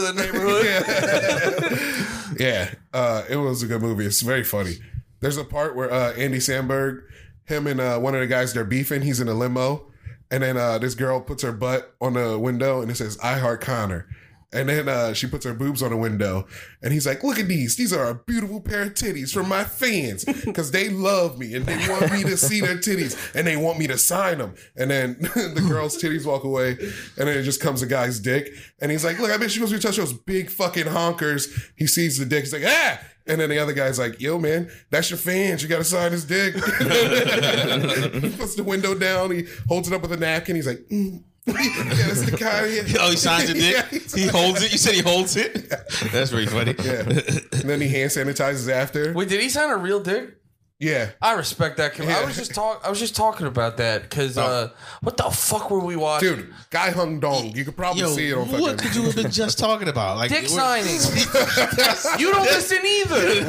S3: the neighborhood.
S1: yeah, uh, it was a good movie. It's very funny. There's a part where uh, Andy Sandberg, him and uh, one of the guys, they're beefing. He's in a limo, and then uh, this girl puts her butt on the window, and it says "I heart Connor." And then uh, she puts her boobs on the window, and he's like, "Look at these! These are a beautiful pair of titties from my fans because they love me and they want me to see their titties and they want me to sign them." And then the girl's titties walk away, and then it just comes a guy's dick, and he's like, "Look, I bet she wants me to touch those big fucking honkers." He sees the dick, he's like, "Ah!" And then the other guy's like, "Yo, man, that's your fans. You gotta sign his dick." he puts the window down. He holds it up with a napkin. He's like. "Mm." yeah, that's the kind of
S4: Oh, he signs it. dick.
S1: Yeah, he
S4: he holds it. You said he holds it. That's pretty funny.
S1: and then he hand sanitizes after.
S3: Wait, did he sign a real dick?
S1: Yeah.
S3: I respect that. Kim. I was just talk. I was just talking about that because
S1: Oh.
S3: uh, what the fuck were we watching?
S1: Dude, guy hung dong. You could probably
S4: Yo,
S1: see it on
S4: what could
S1: fucking.
S4: you have been just talking about? Like
S3: dick
S4: we're-
S3: signing. you don't listen either.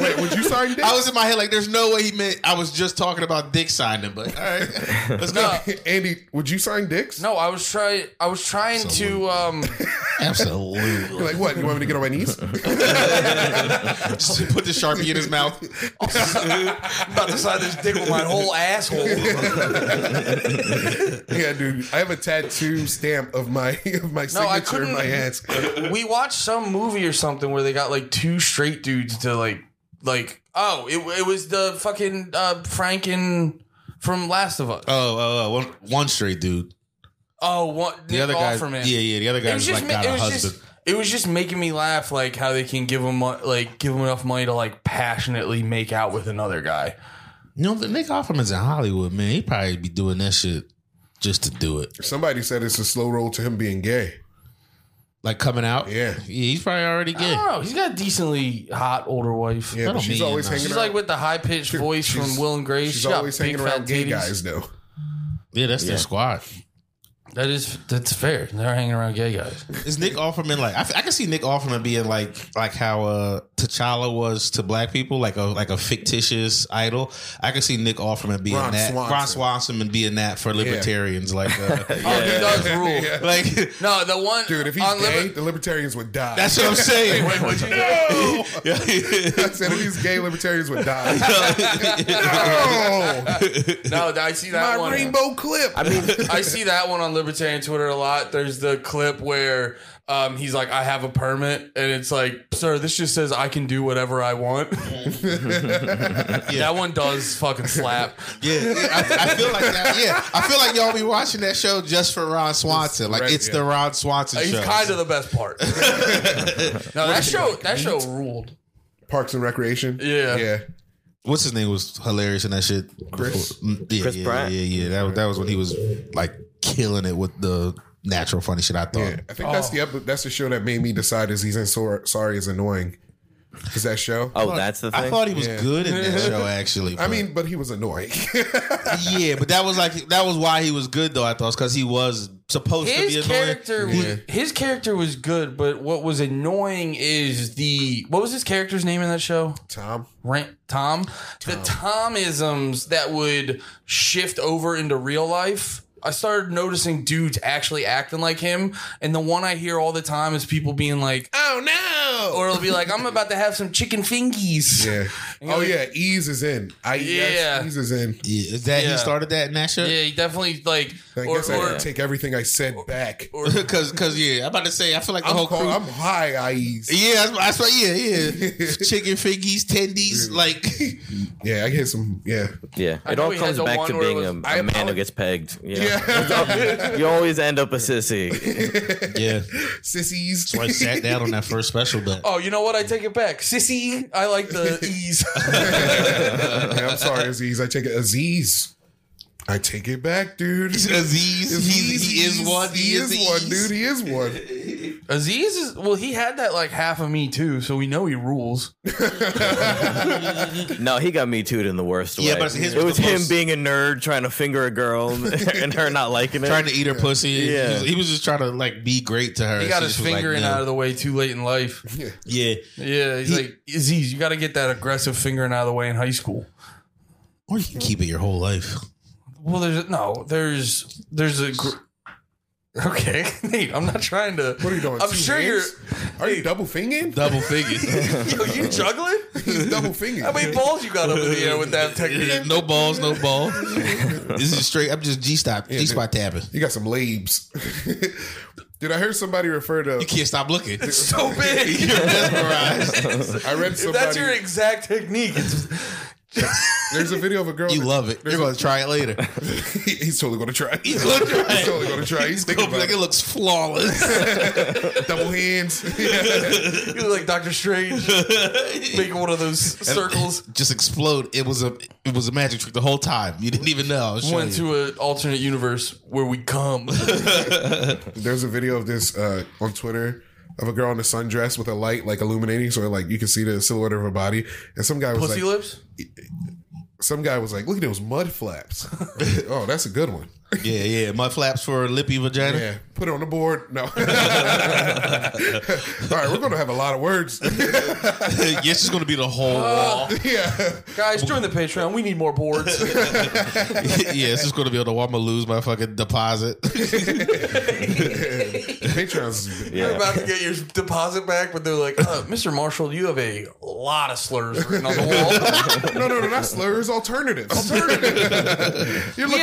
S1: Wait, would you sign dick?
S4: I was in my head like, there's no way he meant. I was just talking about dick signing, but uh, all right, let's go.
S1: Andy, would you sign dicks?
S3: No, I was trying. I was trying to. Um,
S4: Absolutely.
S1: Like what? You want me to get on my knees?
S4: Just put the sharpie in his mouth.
S3: I'm about to sign this dick with my whole asshole.
S1: yeah, dude. I have a tattoo stamp of my of my
S3: No, I
S1: signature in my ass.
S3: we watched some movie or something where they got like two straight dudes to like like oh it, it was the fucking uh franken from last of us
S4: Oh, oh, oh one, one straight dude.
S3: oh one
S4: The other guy.
S3: Offerman.
S4: Yeah, yeah. The other guy
S3: it
S4: was,
S3: was just
S4: like
S3: ma-
S4: got
S3: it
S4: a
S3: was
S4: husband.
S3: just it was just making me laugh like how they can give him mo- like give him enough money to like passionately make out with another guy
S4: you know, the Nick Offerman's in Hollywood, man. He probably be doing that shit just to do it,
S1: Somebody said it's a slow roll to him being gay.
S4: like coming out.
S1: Yeah.
S4: yeah. He's probably already
S3: I
S4: gay.
S3: don't know. He's got a decently hot older wife.
S1: Yeah,
S4: don't
S1: but she's
S4: mean
S1: always
S4: that.
S1: hanging
S3: She's
S1: out.
S3: like with the high pitched voice from
S1: she's-
S3: Will and Grace.
S1: she's
S3: She got
S1: always
S3: big
S1: hanging
S3: fat
S1: around gay
S3: titties.
S1: guys though.
S4: Yeah, that's their squad.
S3: That is that's fair. They're hanging around gay guys.
S4: Is Nick Offerman like? I, f- I can see Nick Offerman being like like how uh, T'Challa was to black people, like a like a fictitious idol. I can see Nick Offerman being
S1: Ron
S4: that.
S1: Swanson.
S4: Ron Swanson and being that for libertarians, like uh,
S3: Oh, he does rule.
S4: like
S3: No, the one
S1: Dude, if he's
S3: on
S1: gay,
S3: Liber-
S1: the libertarians would die.
S4: that's what I'm saying.
S3: Wait, what'd you do?
S1: I said if he's gay, libertarians would die. no,
S3: No, I see that
S1: my
S3: one.
S1: rainbow clip. I mean,
S3: I see that one on libertarian Twitter a lot. There's the clip where um, he's like, "I have a permit," and it's like, "Sir, this just says I can do whatever I want." That one does fucking slap.
S4: Yeah, I, I feel like that. Yeah, I feel like y'all be watching that show just for Ron Swanson. Like
S1: Right,
S4: it's
S1: yeah.
S4: the Ron Swanson
S3: He's
S4: show.
S3: kind of the best part. no, that show that show ruled.
S1: Parks and Recreation.
S3: Yeah.
S1: yeah.
S4: What's his name was hilarious in that shit.
S1: Chris?
S4: Mm, yeah,
S2: Chris
S4: yeah,
S2: Pratt?
S4: Yeah, yeah, that was that was when he was like killing it with the natural funny shit. I thought.
S1: Yeah, I think
S4: Oh.
S1: that's the epi- that's the show that made me decide is he's in sor- sorry is annoying. Is that show?
S2: Oh, that's the
S4: I
S2: thing.
S4: thought he was good in that show, actually.
S1: I
S4: but-
S1: mean, but he was annoying.
S4: yeah, but that was like that was why he was good though. I thought because he was supposed to be
S3: His
S4: annoying.
S3: character, was, his character was good, but what was annoying is the what was his character's name in that show?
S1: Tom,
S3: Rant Tom. The Tomisms that would shift over into real life. I started noticing dudes actually acting like him. And the one I hear all the time is people being like, oh no. Or it'll be like, I'm about to have some chicken fingies.
S1: yeah. Oh yeah, Ease is in. I
S3: Yeah.
S1: yes, Ease is in.
S4: Yeah, is that
S3: Yeah.
S4: he started that in that show?
S3: Yeah, he definitely like,
S1: I
S3: or,
S1: guess I
S3: or
S1: can take everything I said back.
S4: Because, because yeah, I'm about to say I feel like the
S1: I'm,
S4: whole
S1: call-
S4: crew. E
S1: I'm high. I Ease.
S4: yeah, that's, that's right. Yeah, yeah. Chicken figgies, tendies, like
S1: Yeah, I get some. Yeah,
S2: Yeah, it
S3: know
S2: all
S3: he
S2: comes
S3: has a
S2: back
S3: one
S2: to
S3: where it
S2: being
S3: was-
S2: a,
S1: I
S2: a man who
S1: apologize.
S2: gets pegged. You, know?
S1: yeah.
S2: you always end up a sissy.
S4: yeah.
S1: Sissies.
S4: So I sat down on that first special, but
S3: oh, you know what? I take it back. Sissy, I like the ease.
S1: Yeah, I'm sorry, Aziz. I take it. Aziz. I take it back, dude.
S4: Aziz, he's, he is E.
S1: Aziz,
S4: one.
S1: He is one, dude. He is one.
S3: Aziz is well. He had that like half of me too, so we know he rules.
S2: No, he got me too in the worst way.
S4: Yeah, but his
S2: it
S4: was
S2: was
S4: the
S2: him
S4: most-
S2: being a nerd trying to finger a girl and her not liking it.
S4: trying to eat her pussy.
S2: Yeah.
S4: He, was, he was just trying to like be great to her.
S3: He got his finger in out of the way too late in life.
S4: Yeah,
S3: Yeah, he's
S4: He-
S3: like Aziz. You got to get that aggressive fingering out of the way in high school.
S4: or you can keep it your whole life.
S3: Well, there's no, there's there's a. Gr- okay, Nate. I'm not trying to.
S1: What are you doing?
S3: I'm
S1: two
S3: sure
S1: hands? Are you double fingering?
S4: Double figures.
S3: you're. Yo, you juggling?
S1: He's double fingering.
S3: How many balls you got up in the air with that technique?
S4: no balls, no ball. this is straight. I'm just G stop, G spot tapping.
S1: you got some labes. Did I hear somebody refer
S4: You
S1: to?
S4: can't stop looking. You're
S3: So big.
S4: mesmerized.
S1: I read
S3: If
S1: somebody.
S3: that's your exact technique, it's
S1: there's a video of a girl.
S4: You
S1: that-
S4: love it. You're gonna try it later.
S1: he's totally gonna try. He's
S4: gonna try.
S1: totally gonna try. He's thinking about
S4: like it
S1: it.
S4: looks flawless.
S1: double hands.
S3: you look like Doctor Strange making one of those circles.
S4: just explode. It was a it was a magic trick the whole time. You didn't even know. I was showing
S3: Went
S4: you.
S3: to an alternate universe where we come.
S1: There's a video of this uh, on Twitter of a girl in a sundress with a light like illuminating, so like you can see the silhouette of her body. And some guy was
S3: Pussy
S1: like,
S3: lips.
S1: some guy was like, look at those mud flaps. oh, that's a good one.
S4: Yeah, yeah. Mud flaps for lippy vagina.
S1: Yeah, put it on the board. No. All right, we're gonna have a lot of words.
S4: yes, it's gonna be the whole wall.
S1: yeah,
S3: Guys, join the Patreon. We need more boards.
S4: yeah, it's just gonna be on the wall. I'm gonna lose my fucking deposit.
S1: Patreon's.
S3: You're
S2: Yeah.
S3: about to get your deposit back, but they're like, uh, Mr. Marshall, you have a lot of slurs written on the wall.
S1: No, no, no, not slurs. Alternatives. You're looking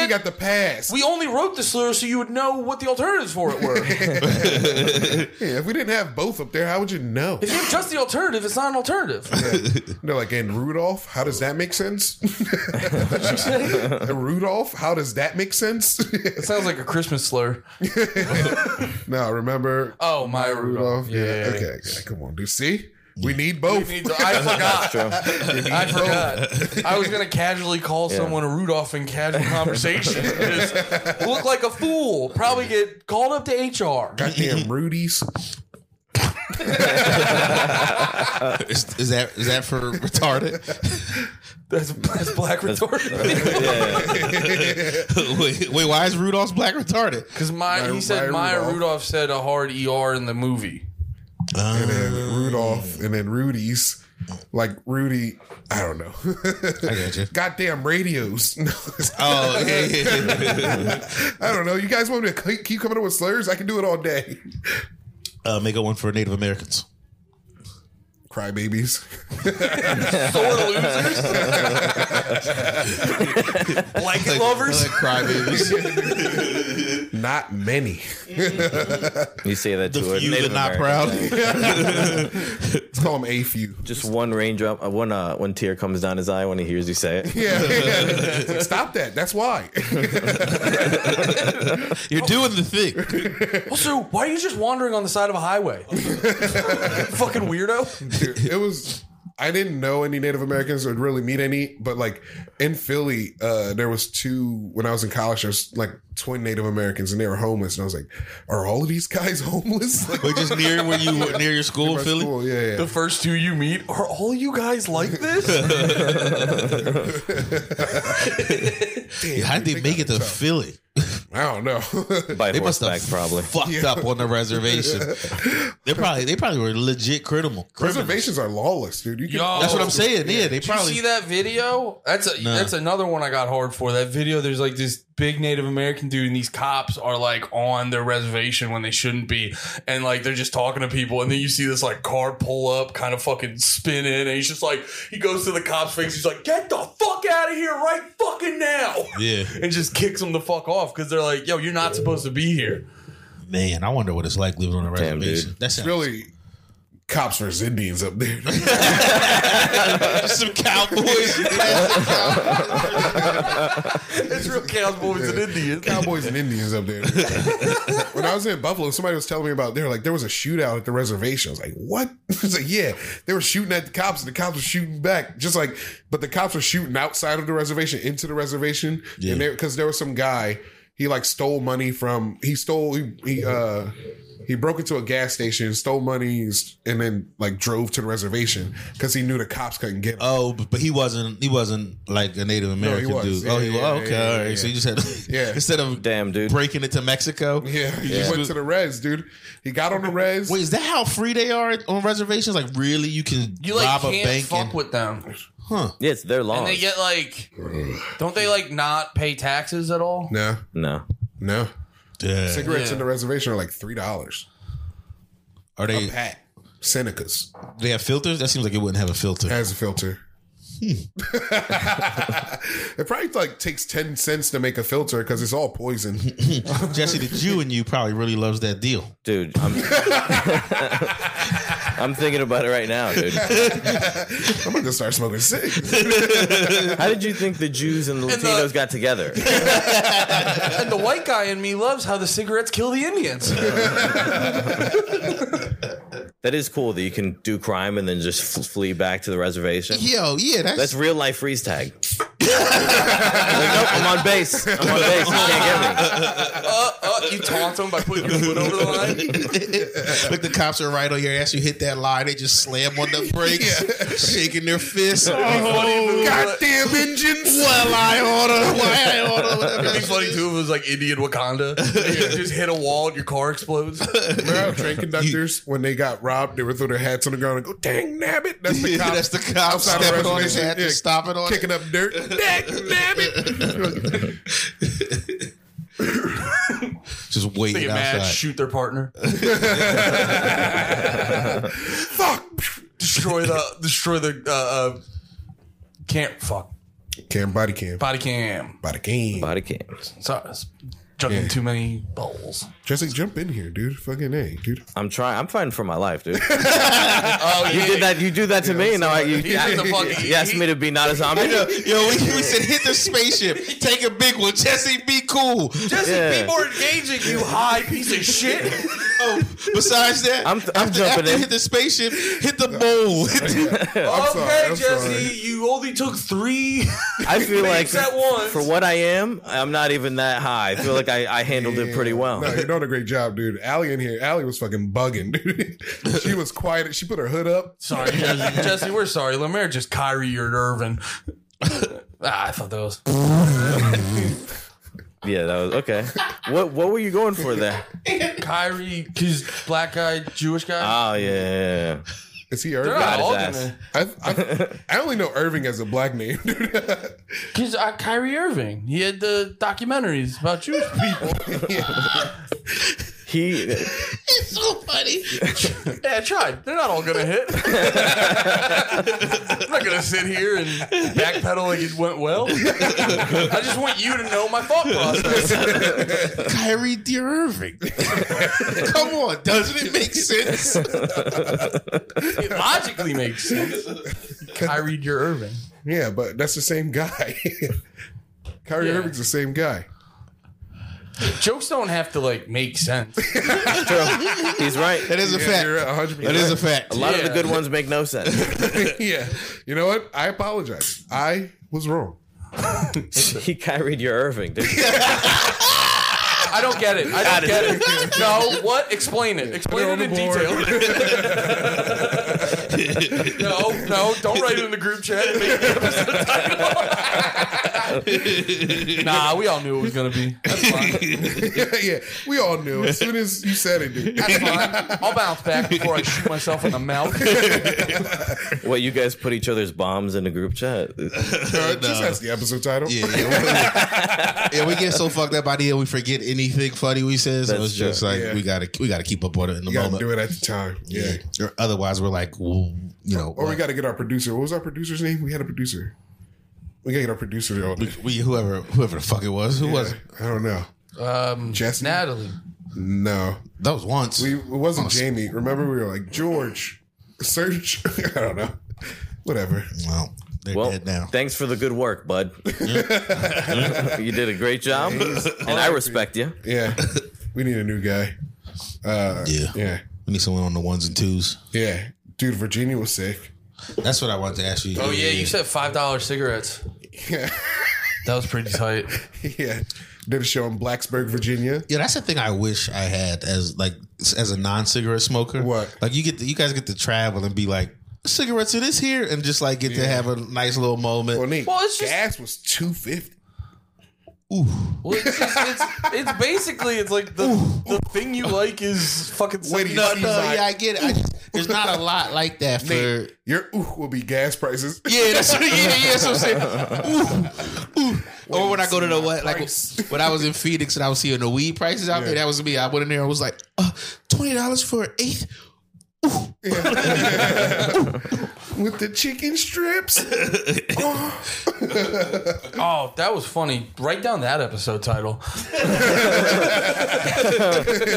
S3: Yeah.
S1: at the past.
S3: we only wrote the slurs so you would know what the alternatives for it were. if
S1: Yeah, if we didn't have both up there, how would you know?
S3: you have just the alternative, it's not an alternative.
S1: They're like, and Rudolph, how does that make sense? And Rudolph, how does that make sense?
S3: It sounds like a Christmas slur.
S1: no, remember
S3: Oh, my Rudolph.
S1: Rudolph? Yeah. Okay, okay, come on, dude. See, we need both.
S3: We Oh, need to- I forgot. I forgot. I was gonna casually call someone a Rudolph in casual conversation. Just look like a fool. Probably get called up to HR.
S1: Goddamn Rudies.
S4: is, is that is that for retarded?
S3: That's, that's black retarded.
S4: wait, wait, why is Rudolph's black retarded?
S3: Because my
S1: Maya-
S3: he said
S1: Maya
S3: Maya Rudolph.
S1: Rudolph.
S3: said a hard ER in the movie.
S1: and then Rudolph,
S4: Mm.
S1: and then Rudy's. Like Rudy, I don't know.
S4: I got you.
S1: Goddamn radios. No,
S4: Oh, yeah, yeah, yeah.
S1: I don't know. You guys want me to keep- keep coming up with slurs? I can do it all day.
S4: Uh, make a one for Native Americans.
S1: Crybabies.
S3: Sore losers. Blanket lovers.
S4: Like crybabies.
S1: Not many.
S2: You say that
S4: the
S2: to a
S4: few
S2: Native
S4: that not
S2: American.
S4: proud.
S1: Let's call them a few.
S2: Just one raindrop, uh, one uh, one tear comes down his eye when he hears you say it.
S1: Yeah, yeah. Like, stop that. That's why.
S4: You're doing the thing.
S3: also, why are you just wandering on the side of a highway? Fucking weirdo.
S1: it was. I didn't know any Native Americans or really meet any, but like in Philly, uh, there was two when I was in college. There was like twin Native Americans, and they were homeless. And I was like, "Are all of these guys homeless?" Like,
S4: We're just near when you near your school,
S1: that's
S4: Philly.
S1: cool. Yeah, yeah.
S3: The first two you meet are all you guys like this?
S4: Yeah, How did they make it to Philly?
S1: I don't know.
S2: By
S4: They must
S2: horseback,
S4: have
S2: probably.
S4: fucked up on the reservation. they probably they probably were legit criminal. criminals.
S1: Reservations are lawless, dude. You can,
S3: Yo.
S4: That's what I'm saying. Yeah, they
S3: Did you
S4: probably
S3: see that video? That's a, that's another one I got hard for. That video, there's like this big Native American dude, and these cops are like on their reservation when they shouldn't be, and like they're just talking to people, and then you see this like car pull up, kind of fucking spin in, and he's just like he goes to the cop's face, he's like, "Get the fuck out of here right fucking now!"
S4: Yeah,
S3: And just kicks them the fuck off because they're like, "Yo, you're not supposed to be here."
S4: man. I wonder what it's like living on a
S2: Damn,
S4: reservation.
S2: dude.
S4: That's
S1: really cops versus Indians up there.
S4: some cowboys.
S3: It's real cowboys and Indians.
S1: Cowboys and Indians up there. when I was in Buffalo, somebody was telling me about they were like there was a shootout at the reservation. I was like, what? It's like, yeah, they were shooting at the cops and the cops were shooting back. Just like, but the cops were shooting outside of the reservation into the reservation,
S4: Yeah.
S1: and because there was some guy. he like stole money from he stole he, he uh he broke into a gas station, stole money, and then like drove to the reservation because he knew the cops couldn't get him.
S4: Oh, but but he wasn't. He wasn't like a Native American
S1: was.
S4: dude.
S1: Yeah,
S4: oh, he was.
S1: yeah,
S4: oh, okay,
S1: yeah, yeah,
S4: all right.
S1: yeah.
S4: So you just had
S1: Yeah.
S4: instead of
S2: Damn, dude.
S4: breaking it to Mexico.
S1: yeah, he just
S4: Yeah.
S1: went to the res, dude. He got on the res.
S4: Wait, is that how free they are on reservations? Like, really, you can
S3: You like
S4: rob a
S3: can't
S4: bank?
S3: fuck
S4: and,
S3: with them,
S4: huh?
S2: Yeah, it's their
S3: and
S2: laws.
S3: they get like, don't they like not pay taxes at all?
S1: no,
S2: no.
S1: no.
S4: Yeah.
S1: Cigarettes
S3: Yeah.
S1: in the reservation are like three dollars.
S4: Are they?
S1: Pat Seneca's
S4: They have filters. That seems like it wouldn't have a filter.
S1: has a filter. it probably like takes ten cents to make a filter because it's all poison.
S4: Jesse, the Jew in you probably really loves that deal.
S2: Dude, I'm I'm thinking about it right now, dude.
S1: I'm gonna start smoking cigs.
S2: How did you think the Jews and the
S3: And the-
S2: Latinos got together?
S3: And the white guy in me loves how the cigarettes kill the Indians. Uh,
S2: That is cool that you can do crime and then just f- flee back to the reservation.
S4: Yo, yeah, that's,
S2: That's real life freeze tag. like, nope, I'm on base. I'm on base. You can't get me.
S3: Uh, you taunt them by putting your foot over the line.
S4: like the cops are right on your ass. You hit that line, they just slam on the brakes, shaking their fists. Oh,
S1: Goddamn engines!
S4: well, I order, why I order.
S3: It'd be funny too if it was like Indian Wakanda. You just hit a wall and your car explodes.
S1: Remember how train conductors, when they got robbed, they would throw their hats on the ground and go, dang, nabbit. That's the
S4: Yeah,
S1: cops.
S4: that's the cops
S1: outside the
S4: stepping on his
S1: reservation,
S4: hat and stomping on
S1: Kicking up dirt. dang, nabbit.
S4: Just
S3: They
S4: waiting
S3: get mad,
S4: outside.
S3: shoot their partner,
S1: Fuck.
S3: destroy the destroy the uh, uh, can't fuck
S1: Cam, body cam.
S3: body cam.
S1: Body cam.
S2: Body cam.
S3: Sorry, it's chucking too many bowls.
S1: Jesse, jump in here, dude. Fucking A, dude.
S2: I'm trying. I'm fighting for my life, dude.
S3: Oh,
S2: You did that. You do that to me, and now I, you,
S3: He did the fucking-
S2: you asked me to be not a zombie.
S4: Yo, yo, we, we said hit the spaceship, take a big one. Jesse, be cool. Just,
S3: Listen,
S2: Yeah.
S3: be more engaging, you high piece of shit.
S4: oh, besides that,
S2: I'm- I'm
S4: after,
S2: jumping
S4: after
S2: in.
S4: hit the spaceship, hit the bowl.
S1: I'm sorry,
S3: okay,
S1: I'm
S3: Jesse,
S1: sorry.
S3: you only took three.
S2: I feel like
S3: Thanks at once.
S2: for what I am, I'm not even that high. I feel like I, I handled it pretty well.
S1: No, you're doing a great job, dude. Allie in here. Allie was fucking bugging, dude. she was quiet. She put her hood up.
S3: sorry, Jesse. Jesse, we're sorry. Lemaire just Kyrie or Irving. ah, I thought that was.
S2: Yeah, that was okay. What what were you going for there?
S3: Kyrie, he's black guy, Jewish guy.
S2: Oh yeah, yeah, yeah.
S1: Is he
S3: They're
S1: Irving?
S3: not
S2: his
S3: all
S2: ass.
S3: gonna-
S1: I, I, I only know Irving as a black name, dude.
S3: Cause uh, Kyrie Irving, he had the documentaries about Jewish people.
S2: he
S4: it's so funny.
S3: yeah, I tried. They're not all gonna hit. I'm not gonna sit here and backpedal like it went well. I just want you to know my thought process.
S4: Kyrie Dear Irving. Come on, doesn't it make sense?
S3: It logically makes sense. Kyrie your Irving.
S1: Yeah, but that's the same guy. Kyrie
S3: Yeah.
S1: Irving's the same guy.
S3: Jokes don't have to like make sense.
S2: he's right.
S4: That is a
S1: Yeah,
S4: fact.
S1: you're at 100%.
S4: That is a
S2: A
S4: fact.
S2: lot of the
S3: Yeah.
S2: good ones make no sense.
S1: yeah. You know what? I apologize. I was wrong.
S2: he carried your Irving, dude.
S3: I don't get it. I don't get it. No, what? Explain it. Explain
S1: Put
S3: it
S1: it
S3: in
S1: on
S3: detail. no, no, don't write it in the group chat. Make the episode title. nah, we all knew it was gonna be. That's fine.
S1: yeah, we all knew. As soon as you said it, dude.
S3: That's fine. I'll bounce back before I shoot myself in the mouth.
S2: What you guys put each other's bombs in the group chat?
S1: Uh, Just ask the episode title.
S4: Yeah, yeah, we, yeah, we get so fucked up by the end we forget anything funny we said. So
S2: That's
S4: it's just
S2: true.
S4: like
S1: Yeah.
S4: we gotta we gotta keep up on it in the
S1: You gotta
S4: moment.
S1: do it at the time. Yeah.
S4: Yeah. Or otherwise, we're like, well, you know,
S1: Or we
S4: what?
S1: gotta get our producer. What was our producer's name? We had a producer. We gotta get our producer on.
S4: we, whoever whoever the fuck it was, who was it?
S1: I don't know.
S3: Um,
S1: Jesse?
S3: Natalie.
S1: No.
S4: That was once.
S1: We, it wasn't Jamie. Remember, we were like, George, search. I don't know. Whatever.
S4: well, they're
S2: Well,
S4: dead now.
S2: thanks for the good work, bud. you did a great job, and I respect you.
S1: Yeah. we need a new guy. Uh,
S4: yeah.
S1: yeah.
S4: we need someone on the ones and twos.
S1: Yeah. Dude, Virginia was sick.
S4: That's what I wanted to ask you.
S3: Oh yeah, you said five dollar cigarettes. That was pretty tight.
S1: yeah, did a show in Blacksburg, Virginia.
S4: Yeah, that's the thing I wish I had as like as a non-cigarette smoker.
S1: What?
S4: Like you get to, you guys get to travel and be like cigarettes are this here and just like get to have a nice little moment.
S1: Well, Nate,
S3: Well, it's just-
S1: gas was two fifty.
S3: Well, it's, just, it's, it's basically it's like the the thing you like is fucking
S1: Wait,
S3: something-
S1: no,
S4: no, yeah, I get it. I just, there's not a lot like that for.
S1: Nate, your ooh will be gas prices.
S4: Yeah, that's what, yeah, yeah. That's what I'm saying. Ooh, ooh. Or when I go to the what, like when I was in Phoenix and I was seeing the weed prices out there, that was me. I went in there and was like, uh, twenty dollars for an eighth.
S1: with the chicken strips.
S3: Oh, that was funny. Write down that episode title.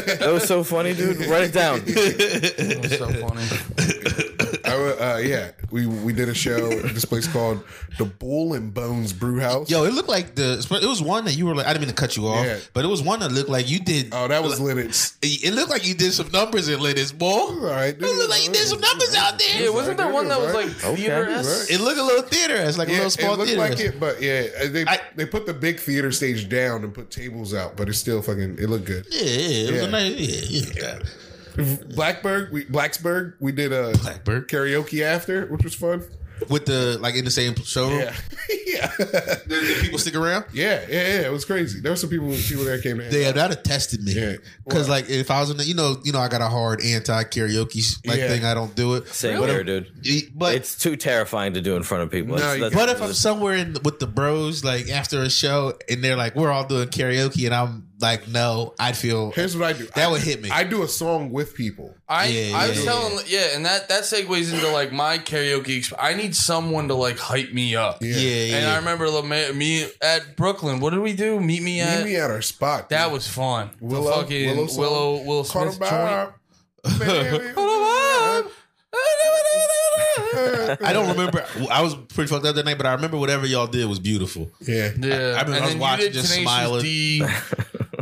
S2: That was so funny, dude. Write it down.
S3: That was so funny.
S1: I, wa- uh, yeah, we we did a show at this place called the Bull and Bones Brew House.
S4: Yo, it looked like the. It was one that you were like. I didn't mean to cut you off,
S1: Yeah.
S4: but it was one that looked like you did.
S1: oh, that was lit. It's-
S4: It looked like you did some numbers in Linus, boy.
S1: All right,
S4: It looked like you did some numbers out there.
S3: Yeah, wasn't there one that was like
S2: Okay.
S3: theater esque?
S4: It looked a little theater. It's like a
S1: Yeah,
S4: little small
S1: it looked
S4: theater.
S1: like it, but yeah, uh, they
S4: I-
S1: they put the big theater stage down and put tables out, but it's still fucking. It looked good.
S4: Yeah, yeah, it was
S1: Yeah.
S4: a nice. Yeah, yeah.
S1: Blackburg, we Blacksburg, we did a
S4: Blackburg.
S1: karaoke after, which was fun.
S4: with the like in the same showroom.
S1: Yeah, yeah,
S4: Did people stick around.
S1: yeah, yeah, yeah. It was crazy. There were some people people that came in.
S4: Damn, that have tested me.
S1: Yeah.
S4: Because like if I was in, the, you know, you know, I got a hard anti karaoke like
S1: Yeah.
S4: thing. I don't do it.
S2: Same
S4: but
S2: here,
S4: if-
S2: dude.
S4: e- But
S2: It's too terrifying to do in front of people.
S1: No,
S2: That's-
S1: you
S2: that's-
S4: but if I'm somewhere in with the bros, like after a show, and they're like, we're all doing karaoke, and I'm like, no, I feel
S1: Here's what I do.
S4: that
S1: I,
S4: would hit me.
S1: I do a song with people.
S3: I,
S4: Yeah,
S3: I
S4: yeah,
S3: was
S4: yeah.
S3: telling yeah, and that that segues into like my karaoke. Exp- I need someone to like hype me up.
S4: yeah, yeah.
S3: And I remember La- me- me at Brooklyn. What did we do? Meet me at.
S1: Meet me at our spot.
S3: that was fun. The
S1: Willow-
S3: fucking
S1: Willow
S3: Willow,
S1: song?
S3: Willow, Will
S1: Caught
S3: Smith
S1: him
S3: joint.
S1: by- Baby.
S4: I don't remember. I was pretty fucked up that night, but I remember whatever y'all did was beautiful.
S1: Yeah.
S3: Yeah,
S4: I remember I was
S3: you
S4: watching,
S3: did
S4: just
S3: Tenacious
S4: smiling.
S3: D.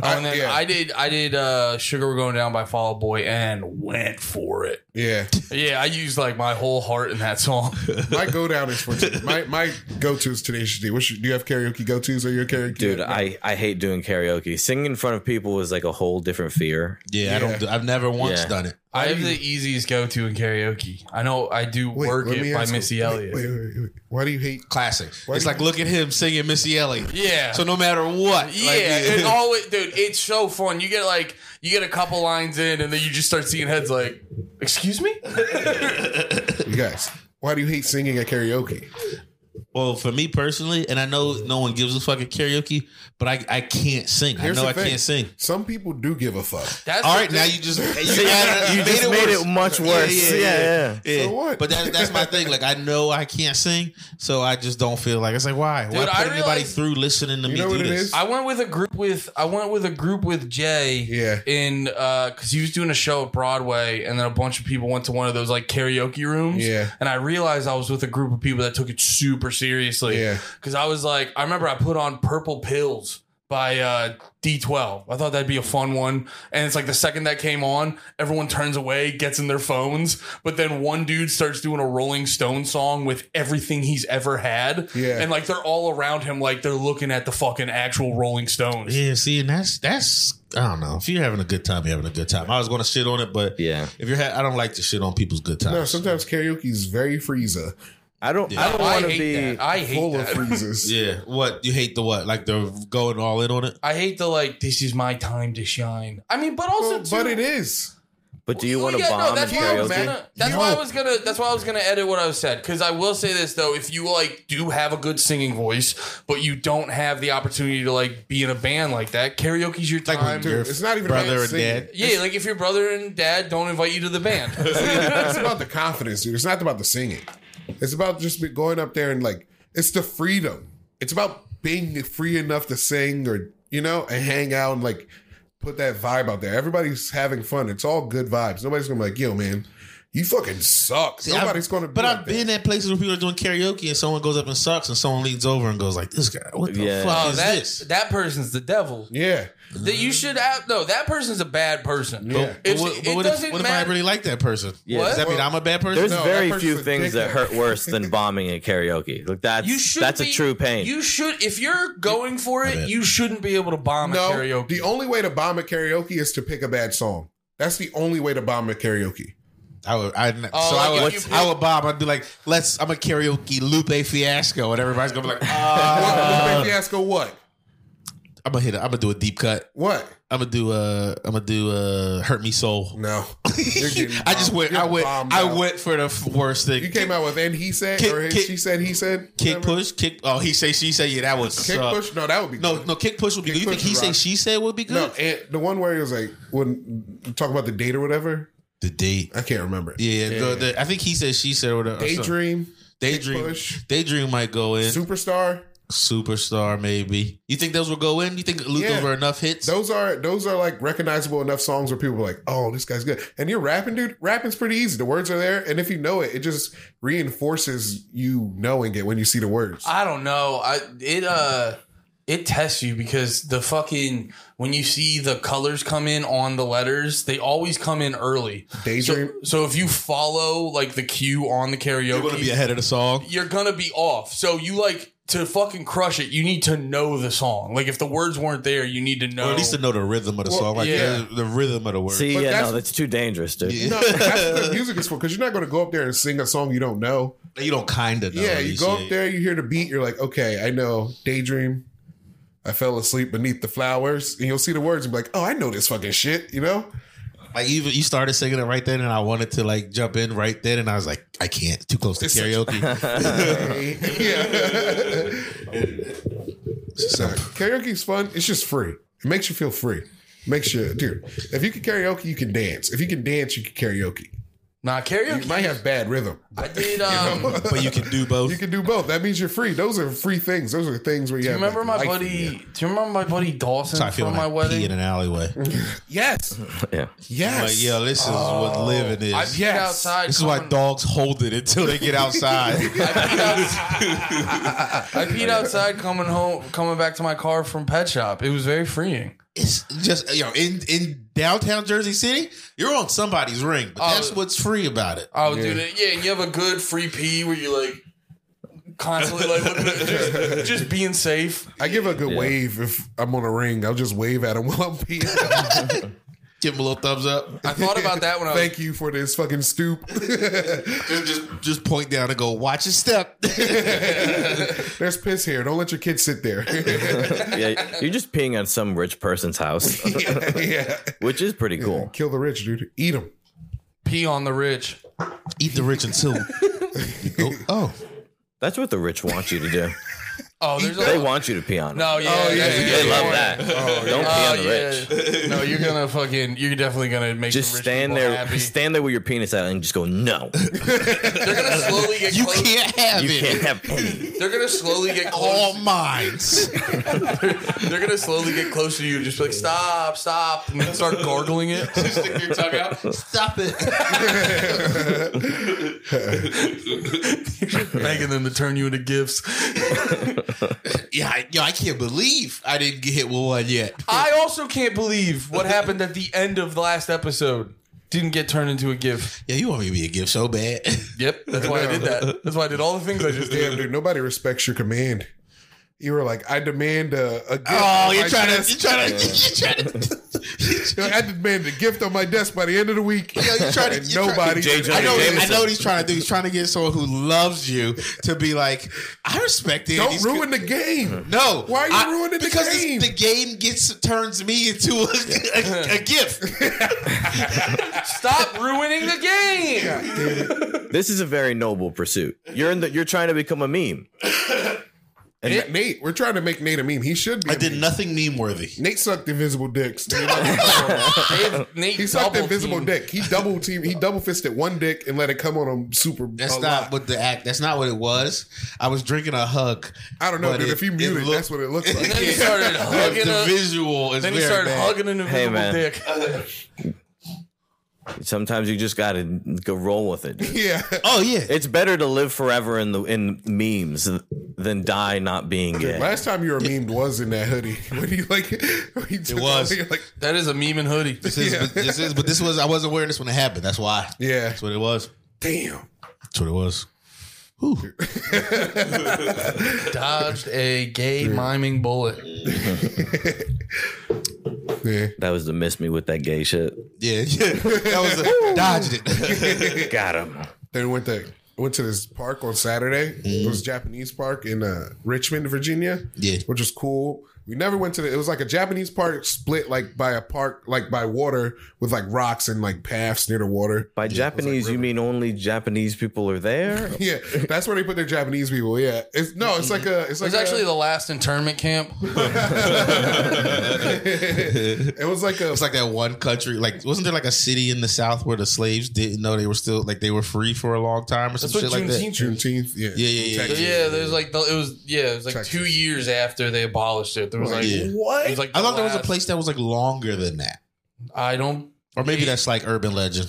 S3: Oh, and then
S1: yeah.
S3: I did. I did. uh Sugar We're going down by Fall Out Boy and went for it.
S1: Yeah.
S3: Yeah, I used like my whole heart in that song.
S1: My go down is for my my go to is Tenacious D. What's your, do you have karaoke go tos or your karaoke?
S2: dude, I, I hate doing karaoke. Singing in front of people is like a whole different fear.
S4: Yeah, I don't. Do, I've never once
S2: Yeah.
S4: done it.
S3: I have the easiest go to in karaoke. I know I do
S1: Wait,
S3: work
S1: let me
S3: it by
S1: ask you-
S3: Missy
S1: wait,
S3: Elliott.
S1: Wait, wait, wait. Why do you hate?
S4: Classic.
S1: Why
S4: it's
S1: do you-
S4: like look at him singing Missy Elliott.
S3: Yeah.
S4: So no matter what, like,
S3: yeah, it always, dude. It's so fun. You get like you get a couple lines in, and then you just start seeing heads like, "Excuse me."
S1: You guys, why do you hate singing at karaoke?
S4: Well, for me personally, and I know no one gives a fuck at karaoke, but I, I can't sing.
S1: Here's
S4: I know
S1: the
S4: I
S1: thing.
S4: can't sing.
S1: Some people do give a fuck.
S3: That's
S4: All
S3: the
S4: right, now
S3: thing.
S4: you just you,
S2: you just made it much worse.
S4: Yeah, yeah, yeah.
S2: Yeah,
S4: Yeah.
S1: So what?
S4: But that, that's my thing. Like I know I can't sing, so I just don't feel like it's like why? why
S3: Dude,
S4: put
S3: I
S4: anybody
S3: realized-
S4: through listening to me
S1: know
S4: do
S1: what it
S4: this?
S1: is?
S3: I went with a group with I went with a group with Jay.
S1: Yeah.
S3: In uh, because he was doing a show at Broadway, and then a bunch of people went to one of those like karaoke rooms.
S1: Yeah.
S3: And I realized I was with a group of people that took it super seriously.
S1: Yeah.
S3: Because I was like, I remember I put on Purple Pills by uh, D12. I thought that'd be a fun one. And it's like the second that came on, everyone turns away, gets in their phones, but then one dude starts doing a Rolling Stone song with everything he's ever had.
S1: Yeah.
S3: And like they're all around him, like they're looking at the fucking actual Rolling Stones.
S4: Yeah, see, and that's that's I don't know. If you're having a good time, you're having a good time. I was going to shit on it, but
S2: Yeah.
S4: if you're, ha- I don't like to shit on people's good times.
S1: No, sometimes karaoke is very freezer,
S2: I don't. I don't
S3: I
S2: want to
S3: hate
S2: be.
S3: that. I hate
S1: full
S3: that.
S1: of freezes.
S4: yeah, what you hate the what? Like the going all in on it?
S3: I hate the like. This is my time to shine. I mean, but also,
S1: Well,
S3: too,
S1: but it is.
S2: But do you want to
S3: Yeah, no,
S2: bomb in
S3: that's why I was
S2: karaoke?
S3: gonna- That's
S1: Yo.
S3: why I was gonna. That's why I was gonna edit what I said because I will say this though: if you like do have a good singing voice, but you don't have the opportunity to like be in a band like that, karaoke's your
S4: Like
S3: time.
S4: when your
S1: It's not even
S4: brother
S1: about
S4: and
S1: singing.
S4: dad.
S3: yeah, like if your brother and dad don't invite you to the band,
S1: it's about the confidence, dude. It's not about the singing. It's about just be- going up there and like it's the freedom. It's about being free enough to sing or you know and hang out and like put that vibe out there. Everybody's having fun. It's all good vibes. Nobody's gonna be like, yo, man, you fucking suck.
S4: See,
S1: Nobody's
S4: I've-
S1: going to.
S4: But I've been at places where people are doing karaoke and someone goes up and sucks and someone leans over and goes like, "This guy, what the
S2: Yeah.
S4: fuck
S3: Oh,
S4: is
S3: that
S4: this?"
S3: that person's the devil.
S1: Yeah,
S3: That you should have no. That person's a bad person.
S1: Yeah.
S4: But,
S3: If-
S4: but what,
S3: it
S4: but what
S3: doesn't
S4: if, what if I
S3: matter-
S4: really like that person?
S2: Yeah.
S4: Does that mean I'm a bad person?
S2: There's
S1: No, that
S2: very
S1: person's
S2: few
S1: a
S2: things that
S1: dickhead.
S2: hurt worse than bombing at karaoke. Like that's
S3: You should.
S2: that's
S3: be-
S2: a true pain.
S3: You should. If you're going for it,
S4: bad.
S3: you shouldn't be able to bomb
S1: no.
S3: a karaoke.
S1: The only way to bomb at karaoke is to pick a bad song. That's the only way to bomb at karaoke.
S4: I would, I, so
S3: Oh,
S4: I
S3: like
S4: would,
S3: if you-
S4: I would bob. I'd be like, "Let's." I'm a karaoke Lupe Fiasco, and everybody's gonna be
S3: Uh,
S4: like,
S1: What,
S4: "Ah."
S1: what fiasco? What?
S4: "I'm gonna hit. it. I'm gonna do a deep cut.
S1: What?
S4: I'm gonna do uh, I'm gonna do uh, hurt me soul."
S1: No. You're getting
S4: I just
S1: bombed.
S4: went.
S1: You're
S4: I went.
S1: bombed
S4: I
S1: out.
S4: went for the f- worst thing.
S1: You came out with and he said
S4: Kick-
S1: or his,
S4: kick-
S1: she said he said
S4: kick
S1: whatever.
S4: push. Kick. Oh, he say she say. Yeah, that was
S1: kick push. No, that would be
S4: No,
S1: good.
S4: no, kick push would be
S1: Kick
S4: good. You think
S1: push
S4: he
S1: would
S4: say
S1: rock.
S4: she said would be
S1: No,
S4: good?
S1: and the one where he was like when talk about the date or whatever.
S4: The date.
S1: I can't remember. it.
S4: Yeah, the, the, I think he said she said or the or something.
S1: Daydream,
S4: Daydream.
S1: Kick Push.
S4: Daydream might go in.
S1: superstar.
S4: Superstar maybe. You think those will go in? You think those
S1: Yeah.
S4: were enough hits?
S1: Those are those are like recognizable enough songs where people are like, "Oh, this guy's good." And you're rapping, dude. Rapping's pretty easy. The words are there, and if you know it, it just reinforces you knowing it when you see the words.
S3: I don't know. I it uh it tests you because the fucking when you see the colors come in on the letters, they always come in early.
S1: Daydream.
S3: So, so if you follow like the cue on the karaoke, you're gonna,
S4: ahead of the song.
S3: be off. So you like to fucking crush it. You need to know the song. Like if the words weren't there, you need to know.
S4: Or at least to know the rhythm of the
S1: Well,
S4: song. Like
S3: yeah.
S4: the, the rhythm of the word.
S2: See,
S1: But
S2: yeah,
S1: that's-
S2: no, that's too dangerous, dude.
S4: Yeah.
S1: no, that's what the music is for because you're not going to go up there and sing a song you don't know.
S4: you don't kinda know.
S1: yeah,
S4: at
S1: you
S4: least,
S1: go
S4: yeah.
S1: up there, you hear the beat, you're like, okay, I know. Daydream. I fell asleep beneath the flowers, and you'll see the words and be like, oh, I know this fucking shit, you know?
S4: Like even you started singing it right then and I wanted to like jump in right then and I was like, I can't. Too close to
S1: It's such-
S4: karaoke.
S1: yeah.
S4: so
S1: Karaoke's fun. It's just free. It makes you feel free. Makes you, dude. If you can karaoke, you can dance. If you can dance, you can karaoke.
S3: nah, karaoke.
S1: You might have bad rhythm.
S3: I did. Um,
S4: but you can do both.
S1: You can do both. That means you're free. Those are free things. Those are things where you,
S3: do you
S1: have.
S3: remember my
S1: like, life
S3: buddy?
S1: in you.
S3: Do you remember my buddy Dawson
S4: That's how I feel
S3: from
S4: when
S3: my
S4: I
S3: wedding?
S4: pee in an alleyway.
S1: Yes.
S2: Yeah.
S1: Yes.
S4: Like, yo, this is what living is.
S3: I peed
S1: Yes.
S3: outside.
S4: this is why
S3: coming-
S4: dogs hold it until they get outside.
S3: I peed outside coming home, coming back to my car from pet shop. It was very freeing.
S4: it's just you know, in in downtown Jersey City, you're on somebody's ring, but that's
S3: Oh.
S4: what's free about it.
S3: Oh, dude, it- yeah, and you have a good free pee where you like constantly like looking at- just, just being safe.
S1: I give a good wave if I'm on a ring. I'll just wave at him while I'm peeing.
S4: Give them a little thumbs up.
S3: I thought about that when I was.
S1: Thank you for this fucking stoop.
S4: just, just just point down and go watch your step.
S1: There's piss here. Don't let your kids sit there.
S2: yeah, you're just peeing on some rich person's house,
S1: yeah.
S2: which is pretty cool.
S1: Kill the rich, dude. Eat them.
S3: pee on the rich.
S4: Eat the rich until oh, oh.
S2: That's what the rich want you to do.
S3: Oh, there's
S2: They
S3: a
S2: want you to pee on them.
S3: no, yeah,
S1: Oh, yeah,
S3: that's a
S1: yeah,
S3: good
S2: they love
S3: point.
S2: that. Don't
S3: Oh,
S2: pee on the rich.
S3: yeah. No, you're gonna fucking. You're definitely gonna make
S2: Just
S3: the rich
S2: stand
S3: people
S2: there,
S3: Happy.
S2: stand there with your penis out, and just go, "No,
S3: They're gonna slowly get.
S4: you
S3: close-
S4: can't have
S2: you
S4: it.
S2: can't Oh, have penny."
S3: They're gonna slowly get
S4: All
S3: close.
S4: minds.
S3: They're gonna slowly get close to you. Just be like stop, stop, and then start gargling it.
S4: Stick your tongue out. Stop it.
S3: begging them to turn you into gifts.
S4: Yeah, I, yo, I can't believe I didn't get hit with one yet.
S3: I also can't believe what happened at the end of the last episode. Didn't get turned into a gift.
S4: Yeah, you want me to be a gift so bad.
S3: Yep, that's why I did that. That's why I did all the things I just did.
S1: Damn, dude. Nobody respects your command. You were like, I demand a, a gift.
S4: Oh,
S1: on
S4: you're
S1: my
S4: trying to,
S1: desk.
S4: you're trying to, you're trying to,
S1: Yo, I demand a gift on my desk by the end of the week.
S4: yo, you're trying to,
S1: And
S4: you're trying-
S1: nobody.
S2: J. Jonah
S4: I know, I
S2: Jameson.
S4: know what he's trying to do. He's trying to get someone who loves you to be like, I respect it.
S1: don't
S4: He's-
S1: ruin the game.
S4: No,
S1: Why are you
S4: I-
S1: ruining the
S4: because
S1: game?
S4: Because the game gets turns me into a, a, a gift.
S3: Stop ruining the game.
S2: This is a very noble pursuit. You're in the, you're trying to become a meme.
S1: Nate, Nate, we're trying to make Nate a meme. He should be.
S4: I
S1: a
S4: did
S1: meme.
S4: nothing meme worthy.
S1: Nate sucked invisible dicks.
S3: Dave, Nate
S1: He sucked
S3: double
S1: invisible
S3: teamed.
S1: dick. He double team. He double fisted one dick and let it come on him super.
S4: That's
S1: a
S4: not
S1: lot.
S4: what the act. That's not what it was. I was drinking a hug.
S1: I don't know,
S4: but
S1: dude. if you mute it,
S4: looked-
S1: that's what it looks like.
S3: Then he started
S4: the,
S3: hugging.
S4: the
S3: a,
S4: visual is
S3: then he
S4: very
S3: started
S4: bad.
S3: hugging an invisible
S2: man.
S3: dick.
S2: Sometimes you just gotta go roll with it.
S1: Yeah.
S4: Oh yeah,
S2: It's better to live forever in the in memes than die not being gay.
S1: Last time you were memed was in that hoodie. When you like, when you took
S4: was.
S1: off, you're like,
S3: That is a meme and hoodie.
S4: This is, but this is, but this was. I wasn't wearing this when it happened. That's why.
S1: Yeah.
S4: that's what it was.
S1: damn.
S4: That's what it was.
S3: Dodged a gay miming bullet.
S1: Yeah.
S2: That was to miss me with that gay shit.
S4: Yeah, yeah. That was a, dodged it.
S2: Got him.
S1: Then went to went to this park on Saturday. It was a Japanese park in uh, Richmond, Virginia.
S4: Mm-hmm. Yeah.
S1: which was cool. We never went to the. It was like a Japanese park split like by a park like by water with like rocks and like paths near the water.
S4: Oh.
S2: By Japanese, you mean only Japanese people are there?
S1: Yeah, that's where they put their Japanese people. Yeah, it's no, it's like
S4: Mm-hmm.
S1: a. It's
S3: It
S1: like
S3: was actually
S1: a,
S3: the last internment camp.
S1: it was like a
S4: It's like that one country. Like, wasn't there like a city in the South where the slaves didn't know they were still like they were free for a long time or some
S3: That's what
S4: shit like that?
S3: Juneteenth
S1: Juneteenth. Yeah,
S4: Yeah, yeah, yeah.
S1: Texas.
S3: Yeah, there's like the, it was. Yeah, it was like
S1: Texas.
S3: two years after they abolished it. There was like
S4: Yeah.
S3: what? It was like
S4: I
S3: the
S4: thought there was a
S3: last-
S4: place that was like longer than that,
S3: I don't.
S4: or maybe that's like urban legend.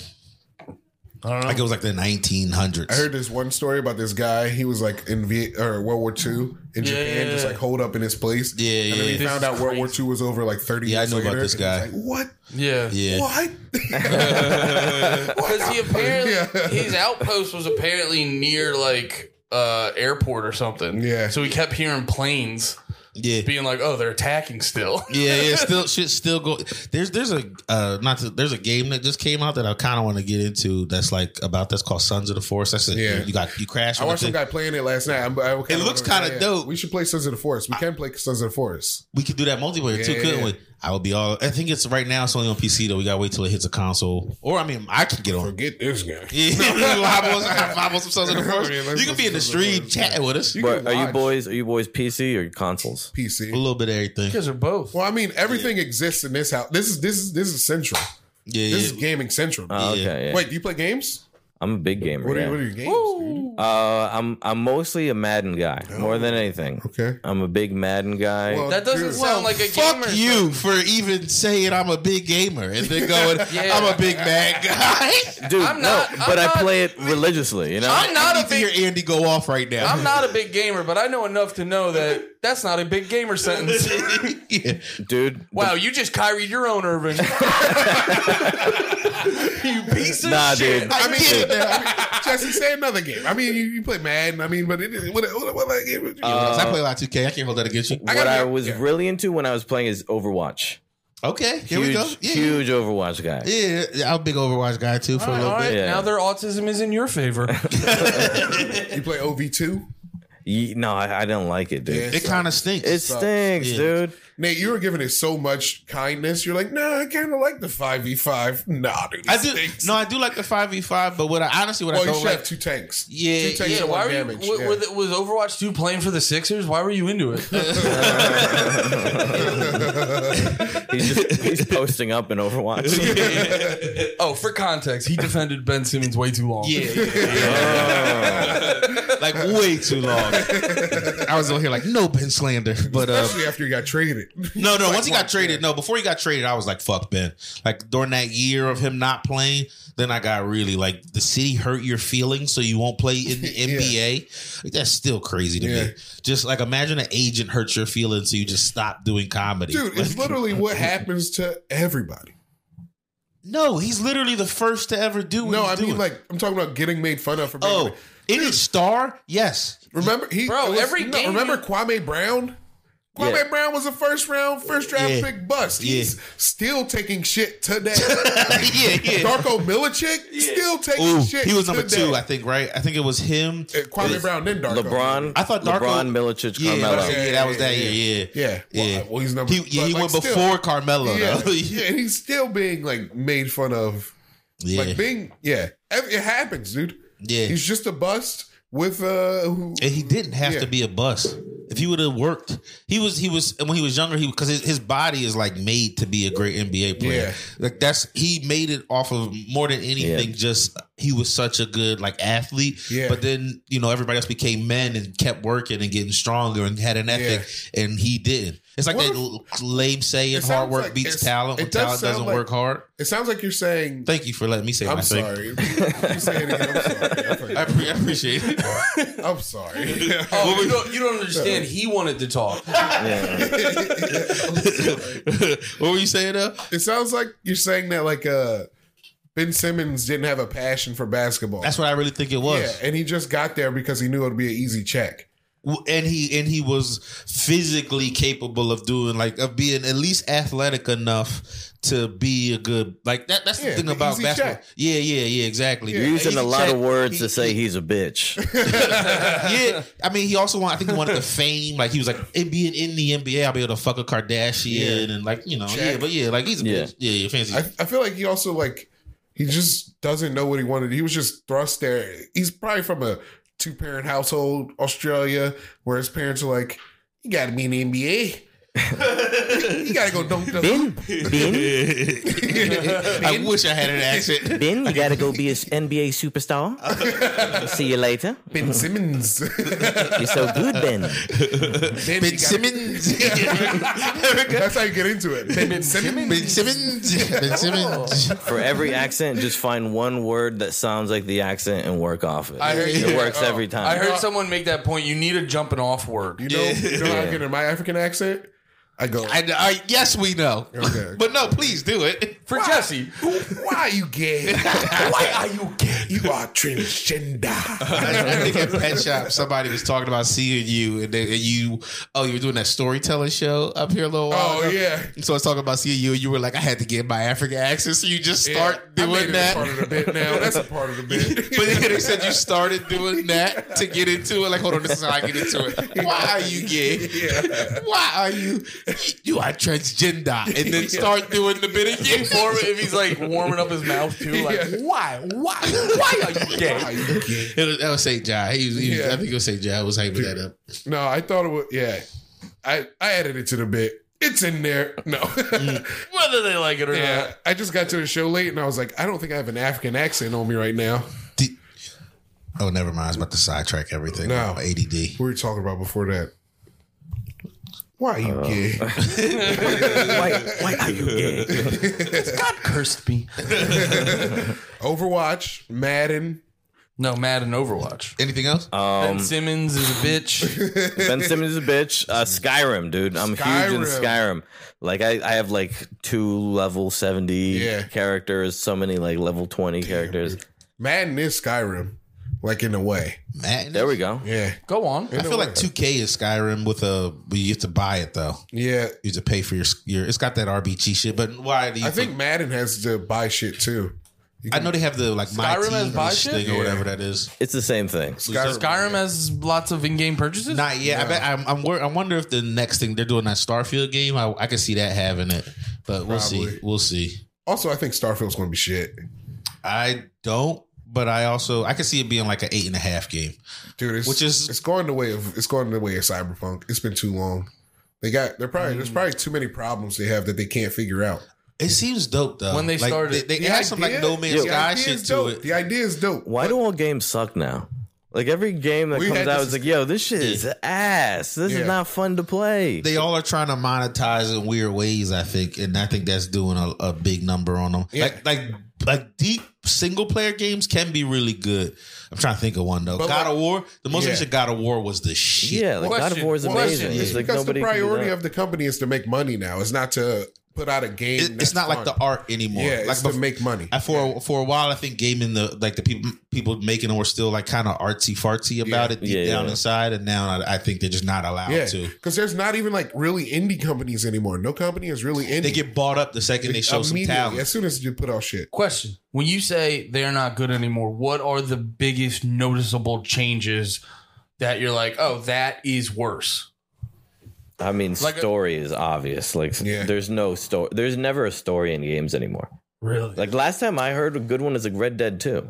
S3: I don't know.
S4: Like it was like the 1900s.
S1: I heard this one story about this guy. He was like in Viet or World War II in
S3: Yeah,
S1: Japan,
S3: yeah, yeah.
S1: just like holed up in his place.
S4: Yeah,
S1: And then
S4: yeah.
S1: he
S3: This
S1: found
S3: is
S1: out World War
S3: crazy.
S1: II was over like 30
S4: Yeah, I
S1: years
S4: know about
S1: later,
S4: this
S1: and he's
S4: guy.
S1: like, what?
S3: yeah,
S4: yeah.
S1: What?
S3: because he apparently
S1: Yeah.
S3: his outpost was apparently near like uh airport or something.
S1: Yeah.
S3: So we kept hearing planes
S4: Yeah.
S3: being like, "Oh, they're attacking still."
S4: Yeah, yeah, still shit still go. There's there's a uh not to, there's a game that just came out that I kind of want to get into. That's like about that's called Sons of the Force. That's it.
S1: Yeah.
S4: You got you crash.
S1: I
S4: with
S1: watched
S4: the-
S1: some guy playing it last night. I'm, I kinda
S4: looks
S1: wanna-
S4: kinda dope.
S1: We should play Sons of the Forest. We can play Sons of the Forest.
S4: We could do that multiplayer too,
S1: Yeah,
S4: couldn't
S1: yeah.
S4: we? I would be all. I think it's right now. It's only on PC though. We gotta wait till it hits a console, or I mean, I could get on.
S1: Forget this guy.
S4: Yeah, live on- live on some Sons of the Force.
S1: Yeah, let's
S4: You can be in the
S1: listen to
S4: street chatting with us.
S1: You
S2: But
S1: can
S2: are you
S1: watch
S2: boys? Are you boys PC or consoles?
S4: A
S1: PC.
S4: little bit of everything.
S3: guys are both.
S1: Well, I mean, everything exists in this house. This is this is this is central.
S4: Yeah,
S1: This is
S4: yeah.
S1: gaming central.
S2: Oh,
S4: Yeah.
S2: okay, yeah.
S1: Wait, do you play games?
S2: I'm a big gamer.
S1: What are,
S2: yeah.
S1: you, what are your games, dude?
S2: Uh, I'm I'm mostly a Madden guy more than anything.
S1: Okay.
S2: I'm a big Madden guy.
S1: Well,
S3: that doesn't
S1: Dude.
S3: sound like a
S4: Fuck
S3: gamer.
S4: you for even saying I'm a big gamer and then going,
S3: Yeah.
S4: I'm a big bad guy.
S2: Dude,
S3: I'm
S2: no,
S3: not- I'm
S2: but
S3: not-
S2: I play it religiously. You know,
S3: I'm not
S4: I
S3: a
S4: need to
S3: big.
S4: hear Andy go off right now.
S3: I'm not a big gamer, but I know enough to know that that's not a big gamer sentence.
S4: yeah.
S2: dude.
S3: Wow, you just Kyrie your own Irving. you piece of
S2: Nah,
S3: shit.
S2: dude.
S1: I mean, I mean, Jesse, say another game. I mean, you, you play Madden. I mean, but it, is- what, what, what, other game? would you-
S4: I play a lot of 2K. I can't hold that against you.
S2: what
S1: gotta
S2: I
S1: be-
S2: was
S1: yeah.
S2: really into when I was playing is Overwatch.
S4: Okay, here
S2: huge,
S4: we go. Yeah,
S2: huge Overwatch guy.
S4: yeah, yeah. I'm a big Overwatch guy too for a
S3: All right,
S4: little
S3: all right,
S4: bit.
S2: Yeah.
S3: now their autism is in your favor.
S1: you play OV2?
S2: Ye- No, I, I don't like it, dude.
S1: Yeah.
S4: It kind of stinks.
S2: It stinks, dude.
S1: Nate, you were giving it so much kindness. You're like, nah, I kind of like the 5v5. Nah, dude.
S4: I
S1: it
S4: do
S1: stinks.
S4: no, I do like the five v five, but what I honestly what
S1: Well,
S4: I
S1: you
S4: don't
S1: should
S4: like,
S1: have two tanks.
S4: Yeah,
S1: two tanks
S4: yeah,
S1: and
S3: why
S1: one
S3: are you,
S1: damage.
S3: wa-
S1: yeah.
S3: were the- was Overwatch 2 playing for the Sixers? Why were you into it?
S2: He's just he's posting up in Overwatch.
S3: oh, for context, he defended Ben Simmons way too long.
S4: yeah, yeah, yeah. like way too long. I was over here like no Ben slander, but uh,
S1: Especially after you got traded.
S4: no, no. Once he got traded, no. Before he got traded, I was like fuck Ben. Like during that year of him not playing, then I got really like the city hurt your feelings, so you won't play in the NBA. Like, that's still crazy to
S1: Yeah.
S4: me. Just like imagine an agent hurts your feelings, so you just stop doing comedy,
S1: Dude, it's literally what happens to everybody.
S4: No, he's literally the first to ever do. What
S1: No,
S4: he's
S1: I mean,
S4: doing.
S1: like, I'm talking about getting made fun of for being.
S4: oh, any star? Yes.
S1: Remember, he.
S3: Bro,
S1: it was-
S3: every game
S1: Remember
S3: you-
S1: Kwame Brown? Kwame
S2: Yeah.
S1: Brown was a first round, first draft
S4: Yeah.
S1: pick bust. He's
S4: Yeah.
S1: still taking shit today.
S4: yeah, yeah.
S1: Darko Milicic still taking
S4: Ooh,
S1: shit.
S4: he was number
S1: today.
S4: two, I think. Right? I think it was him.
S1: Uh, Kwame Brown, then Darko.
S2: LeBron,
S4: I thought Darko-
S2: LeBron, Milicic,
S4: Yeah,
S2: Carmelo.
S4: yeah, yeah, that was that
S1: Yeah,
S4: year. Yeah,
S1: Yeah. Well,
S4: yeah.
S1: uh, well, he's number-
S4: He, yeah, he
S1: but,
S4: went
S1: like, still-
S4: before Carmelo.
S1: Yeah.
S4: Though.
S1: yeah, and he's still being like made fun of.
S4: yeah.
S1: Like being, yeah, Ev- it happens, dude.
S4: Yeah.
S1: he's just a bust with uh, who,
S4: and he didn't have
S1: Yeah.
S4: to be a bust. If he would have worked, he was he was when he was younger. He because his, his body is like made to be a great NBA player.
S1: Yeah.
S4: Like that's he made it off of more than anything.
S2: Yeah.
S4: Just he was such a good like athlete.
S1: Yeah.
S4: But then you know everybody else became men and kept working and getting stronger and had an ethic, and he didn't. It's like
S1: What
S4: that
S1: if-
S4: l- lame saying:
S1: It
S4: "Hard
S1: sounds
S4: work
S1: like
S4: beats
S1: it's-
S4: talent.
S1: it
S4: When
S1: does
S4: talent
S1: sound
S4: doesn't
S1: like-
S4: work hard."
S1: It sounds like you're saying.
S4: Thank you for letting me say my
S1: I'm
S4: thing.
S1: sorry. You say it again. I'm sorry.
S4: I, pre- I appreciate it.
S1: I'm sorry.
S3: Oh, you don't, you don't understand. He wanted to talk.
S4: what were you saying though?
S1: It sounds like you're saying that like uh Ben Simmons didn't have a passion for basketball.
S4: That's what I really think it
S1: yeah,
S4: was.
S1: and he just got there because he knew it would be an easy check.
S4: W And he and he was physically capable of doing like of being at least athletic enough to be a good like that. That's
S1: Yeah,
S4: the thing
S1: the
S4: about
S1: easy
S4: basketball.
S1: check.
S4: Yeah, yeah, yeah. Exactly.
S2: You're using
S4: Easy
S2: a lot
S4: check.
S2: of words
S4: He-
S2: to say he's a bitch.
S4: yeah, I mean, he also wanted. I think he wanted the fame. Like he was like, "It being in the NBA, I'll be able to fuck a Kardashian and like you know, yeah,
S1: Check.
S4: but yeah, like he's a
S2: Yeah.
S4: bitch. yeah, yeah, fancy.
S1: I, I feel like he also like he just doesn't know what he wanted. He was just thrust there. He's probably from a two parent household, Australia, where his parents are like, "You got to be in the NBA. you got to go dunk the hoop."
S2: Ben, Ben,
S4: I wish I had an accent.
S2: Ben, you gotta go be an NBA superstar. See you later.
S1: Ben Simmons.
S2: You're so good, Ben.
S1: Ben,
S4: Ben Simmons.
S1: That's how you get into it. Ben Simmons.
S4: Ben Simmons. Ben Simmons.
S2: For every accent, just find one word that sounds like the accent and work off it.
S1: I heard-
S2: it
S1: yeah,
S2: works
S1: oh,
S2: every time.
S3: I heard someone make that point. You need a jumping off
S1: You
S3: word.
S1: know, you know how I get in my African accent? I go,
S4: I, I, uh, yes, we know.
S1: Okay.
S4: but no, please do it.
S3: For Jesse.
S1: why are you gay?
S3: Why are you gay?
S1: you are transgender.
S4: I think at Pet Shop, somebody was talking about seeing you, and, they, and you, oh, you were doing that storytelling show up here a little
S1: Oh,
S4: while ago.
S1: yeah.
S4: So I was talking about seeing you, and you were like, I had to get my African accent, so you just start
S1: I made
S4: doing
S1: it
S4: that.
S1: A part of the bit now. That's a part of the bit.
S4: but then they said you started doing that to get into it. Like, hold on, this is how I get into it. Why are you gay? Why are you? You are transgender, and then start doing the bit again.
S3: Or if he's like warming up his mouth too, like
S1: Yeah.
S3: why, why, why are you
S1: Why are
S3: gay?
S1: you gay?
S4: It was, that was St. John. He was, he was,
S1: Yeah.
S4: I think it was St. John was hyping that up.
S1: No, I thought it was, yeah. I, I added it to the bit. It's in there. No.
S4: Mm,
S3: Whether they like it or
S1: yeah. I just got to the show late and I was like, I don't think I have an African accent on me right now.
S4: Did- oh, never mind. I was about to sidetrack everything.
S1: No.
S4: Oh, ADD.
S1: What were you talking about before that? Why are
S2: Uh,
S1: you gay?
S2: why, why are you gay?
S3: not. God cursed me.
S1: Overwatch, Madden.
S3: No, Mad and Overwatch.
S4: Anything else?
S2: Uh,
S3: ben Simmons is a bitch.
S2: Ben Simmons is a bitch. Uh, Skyrim, dude. I'm huge in
S1: Skyrim.
S2: Skyrim. Like I, I have like two level seventy
S1: Yeah.
S2: characters, so many like level twenty characters.
S1: Madden is Skyrim, like in a way.
S4: Madden?
S2: There we go.
S1: Yeah.
S3: Go on.
S4: I feel like 2K is Skyrim with a. But you have to buy it though.
S1: Yeah.
S4: You have to pay for your. your it's got that RBG shit. But why do you?
S1: I think Madden has to buy shit too.
S4: I know they have the like my
S3: Skyrim has
S4: team
S3: buy shit?
S4: thing or
S1: Yeah.
S4: whatever that is.
S2: It's the same thing.
S1: Skyrim.
S3: Skyrim has lots of in-game purchases.
S4: Not yet. I bet. I'm. I'm. Wor- I wonder if the next thing they're doing that Starfield game. I, I could see that having it, but we'll see.
S1: Probably.
S4: We'll see.
S1: Also, I think Starfield's going to be shit,
S4: I don't. But I also I could see it being like an eight and a half game.
S1: dude. It's,
S4: Which is-
S1: it's going the way of it's going the way of Cyberpunk. It's been too long. They got they're probably
S4: Mm.
S1: there's probably too many problems they have that they can't figure out.
S4: It seems dope though.
S3: When they
S4: Like,
S3: started-
S4: they, they
S1: The
S4: had some like
S1: idea-
S4: No Man's
S1: the
S4: Sky
S1: idea
S4: shit
S1: is
S4: to
S1: dope.
S4: it.
S1: The idea is dope.
S2: Why do all games suck now? Like every game that
S1: We
S2: comes
S1: had
S2: out,
S1: this-
S2: it's like, yo, this shit is ass. This
S1: Yeah.
S2: is not fun to play.
S4: They all are trying to monetize in weird ways, I think, and I think that's doing a, a big number on them.
S1: Yeah.
S4: Like, like, like deep single player games can be really good. I'm trying to think of one though.
S1: But
S4: God
S1: like-
S4: of War. The most
S1: Yeah.
S4: recent God of War was the shit.
S2: yeah, like God of
S3: Question.
S2: War is
S1: Well,
S2: amazing.
S1: it's
S2: It's like
S1: because the
S2: nobody can do
S1: priority
S2: that.
S1: of the company is to make money now. It's not to put out a game.
S4: It- it's
S1: that's
S4: not like
S1: fun.
S4: the art anymore.
S1: yeah.
S4: like
S1: it's
S4: bef-
S1: to make money.
S4: I, for for a while, I think gaming the like the people people making them were still like kind of artsy fartsy about it deep
S2: Yeah,
S4: down
S2: yeah.
S4: inside, and now I, I think they're just not allowed
S1: yeah,
S4: to.
S1: because there's not even like really indie companies anymore. No company is really indie.
S4: They get bought up the second they show some
S1: Immediately,
S4: talent.
S1: as soon as you put out shit.
S3: Question: When you say they're not good anymore, what are the biggest noticeable changes that you're like, oh, that is worse?
S2: I mean,
S3: Like a-
S2: story is obvious. Like,
S1: Yeah.
S2: there's no story. There's never a story in games anymore.
S3: Really?
S2: Like last time I heard a good one is like Red Dead Two.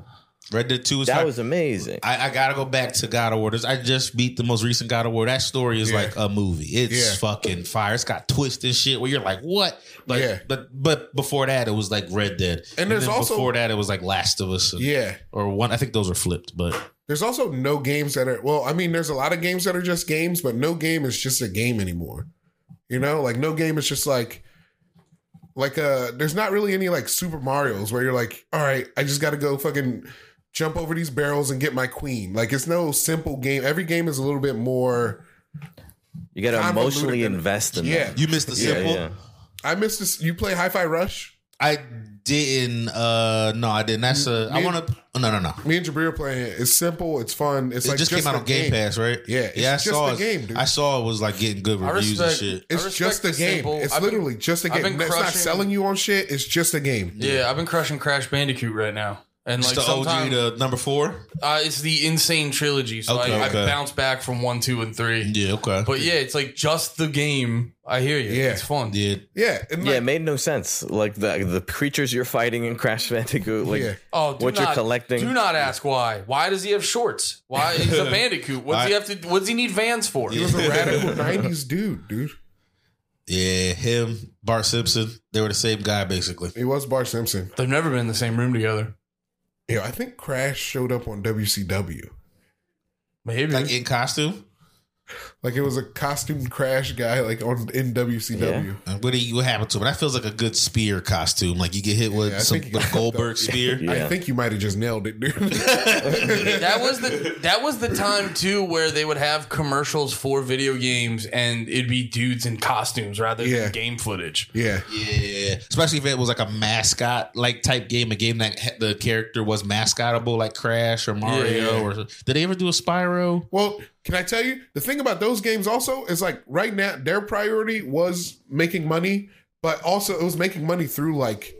S4: Red Dead Two is
S2: That
S4: fire.
S2: was amazing.
S4: I, I gotta go back to God of War. There's- I just beat the most recent God of War. That story is
S1: Yeah.
S4: like a movie. It's
S1: Yeah.
S4: fucking fire. It's got twists and shit where you're like, what? Like,
S1: Yeah.
S4: But but before that, it was like Red Dead.
S1: And there's
S4: then
S1: also-
S4: before that, it was like Last of Us. and-
S1: Yeah.
S4: Or one. I think those are flipped, but
S1: There's also no games that are well, I mean, there's a lot of games that are just games, but no game is just a game anymore. You know, like no game is just like like uh there's not really any like Super Mario's where you're like, all right, I just gotta go fucking jump over these barrels and get my queen. Like it's no simple game. Every game is a little bit more
S2: You got to
S1: I'm
S2: emotionally
S1: alluded to-
S2: invest in
S1: Yeah.
S2: that.
S4: you missed the
S2: Yeah,
S4: simple.
S2: yeah.
S1: I missed this you play Hi Fi Rush?
S4: I didn't. uh No, I didn't. That's a. I
S1: Me-
S4: want to. No, no, no.
S1: Me and Jabri are playing it. It's simple, it's fun. It's
S4: It
S1: like
S4: just, came out
S1: a
S4: on Game, Pass, right?
S1: Yeah, it's
S4: yeah. I
S1: just
S4: saw
S1: the
S4: it.
S1: game, dude.
S4: I saw it was like getting good
S3: I
S4: reviews and
S3: respect-
S4: shit.
S3: I
S1: It's
S3: respect
S1: just a
S3: the
S1: game.
S3: simple-
S1: It's
S3: I've been-
S1: literally just a
S3: I've
S1: game.
S3: been
S1: It's not
S3: crushing-
S1: selling you on shit. It's just a game.
S3: Yeah. I've been crushing Crash Bandicoot right now, and like
S4: Just the OG,
S3: sometimes
S4: the number four.
S3: uh, it's the insane trilogy. So
S4: Okay,
S3: I,
S4: okay.
S3: I bounce back from one, two, and three.
S4: Yeah. Okay.
S3: But yeah, it's like just the game. I hear you.
S1: Yeah.
S3: it's fun.
S4: yeah.
S1: Yeah. And
S2: Yeah,
S1: like-
S2: it made no sense. Like the the creatures you're fighting in Crash Bandicoot, like
S1: Yeah.
S3: Oh, do
S2: What
S3: not,
S2: you're collecting.
S3: Do not ask why. Why does he have shorts? Why he's a bandicoot? What does he have to? What does he need vans for?
S1: He was a radical '90s dude, dude.
S4: Yeah, him, Bart Simpson, they were the same guy basically.
S1: He was Bart Simpson.
S3: They've never been in the same room together.
S1: Yeah, I think Crash showed up on WCW.
S3: Maybe.
S4: Like in costume.
S1: Like it was a costumed Crash guy, like on in WCW.
S4: And What do you, what happened to him? That feels like a good spear costume. Like you get hit with
S1: Yeah, I
S4: some
S1: think you
S4: with
S1: got-
S4: Goldberg spear.
S2: Yeah.
S1: I think you might have just nailed it, dude.
S3: that was the that was the time too where they would have commercials for video games and it'd be dudes in costumes rather
S1: Yeah.
S3: than game footage.
S1: yeah,
S4: Yeah, especially if it was like a mascot like type game, a game that ha- the character was mascotable, like Crash or Mario.
S3: Yeah.
S4: Or did they ever do a Spyro?
S1: Well, can I tell you the thing about those games also is like right now their priority was making money, but also it was making money through like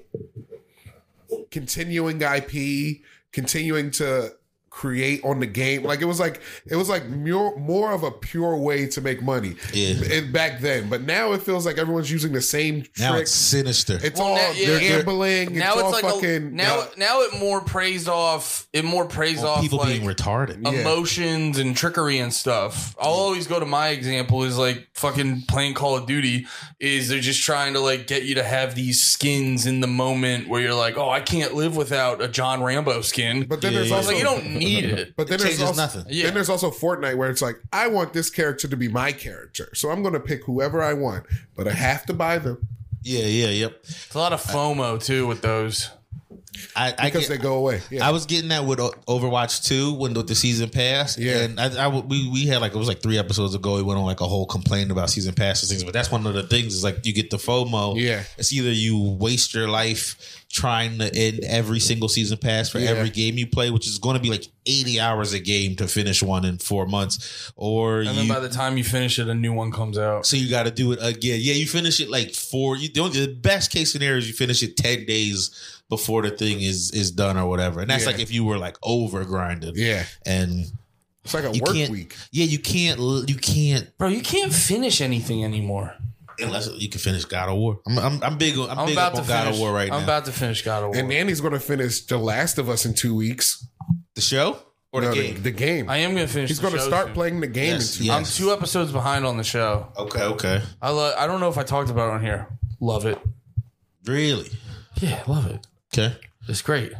S1: continuing IP, continuing to create on the game. Like it was like it was like more more of a pure way to make money.
S4: Yeah.
S1: And back then, but now it feels like everyone's using the same
S4: Now
S1: tricks. It's,
S4: it's sinister.
S3: Well,
S1: all
S3: now- yeah,
S1: they're
S3: yeah.
S1: gambling. it's,
S3: Now it's,
S1: all
S3: like
S1: fucking
S3: a, now now it more praised off it more praised off
S4: People
S3: like,
S4: being retarded.
S1: Yeah.
S3: emotions and trickery and stuff. I'll always go to my example is like fucking playing Call of Duty is they're just trying to like get you to have these skins in the moment where you're like, oh, I can't live without a John Rambo skin. But
S1: but then
S4: Yeah,
S1: there's
S4: yeah.
S1: also
S3: like you don't need it.
S1: But then
S4: It
S1: there's
S4: changes
S1: also,
S4: nothing.
S3: Yeah.
S1: Then there's also Fortnite where it's like, I want this character to be my character, so I'm going to pick whoever I want, but I have to buy them
S4: Yeah, yeah, yep.
S3: It's a lot of FOMO too with those.
S4: I, I
S1: because they
S4: get-
S1: go away. Yeah.
S4: I was getting that with O- Overwatch 2 when the, the season passed.
S1: Yeah.
S4: And I, I w- we, we had like, it was like three episodes ago. We went on like a whole complaint about season passes things. But that's one of the things is like you get the FOMO.
S1: Yeah.
S4: It's either you waste your life trying to end every single season pass for
S1: Yeah.
S4: every game you play, which is going to be like 80 hours a game to finish one in four months. Or
S3: And
S4: you.
S3: then by the time you finish it, a new one comes out.
S4: so you got to do it again. Yeah, you finish it like four. You don't. The best case scenario is you finish it ten days before the thing is is done or whatever. And that's
S1: Yeah.
S4: like if you were like over grinded
S1: yeah.
S4: and
S1: It's like a
S4: you
S1: work
S4: can't
S1: week.
S4: yeah you can't l- you can't
S3: Bro, you can't finish anything anymore.
S4: unless you can finish god of war i'm i'm, I'm big on i'm,
S3: I'm
S4: big
S3: about
S4: up
S3: to
S4: on god
S3: finish
S4: of war right
S3: I'm
S4: now
S3: about to finish God of War.
S1: And Nanny's going to finish The Last of Us in two weeks.
S4: the show or the
S1: No,
S4: game
S1: The game.
S3: I am gonna finish.
S1: He's
S3: the
S1: going to
S3: show
S1: start
S3: soon.
S1: playing the game
S4: Yes,
S1: in two
S4: yeah.
S3: I'm two episodes behind on the show.
S4: okay okay
S3: I love. I don't know if I talked about it on here. Love it.
S4: really
S3: Yeah, love it.
S4: okay
S3: It's great.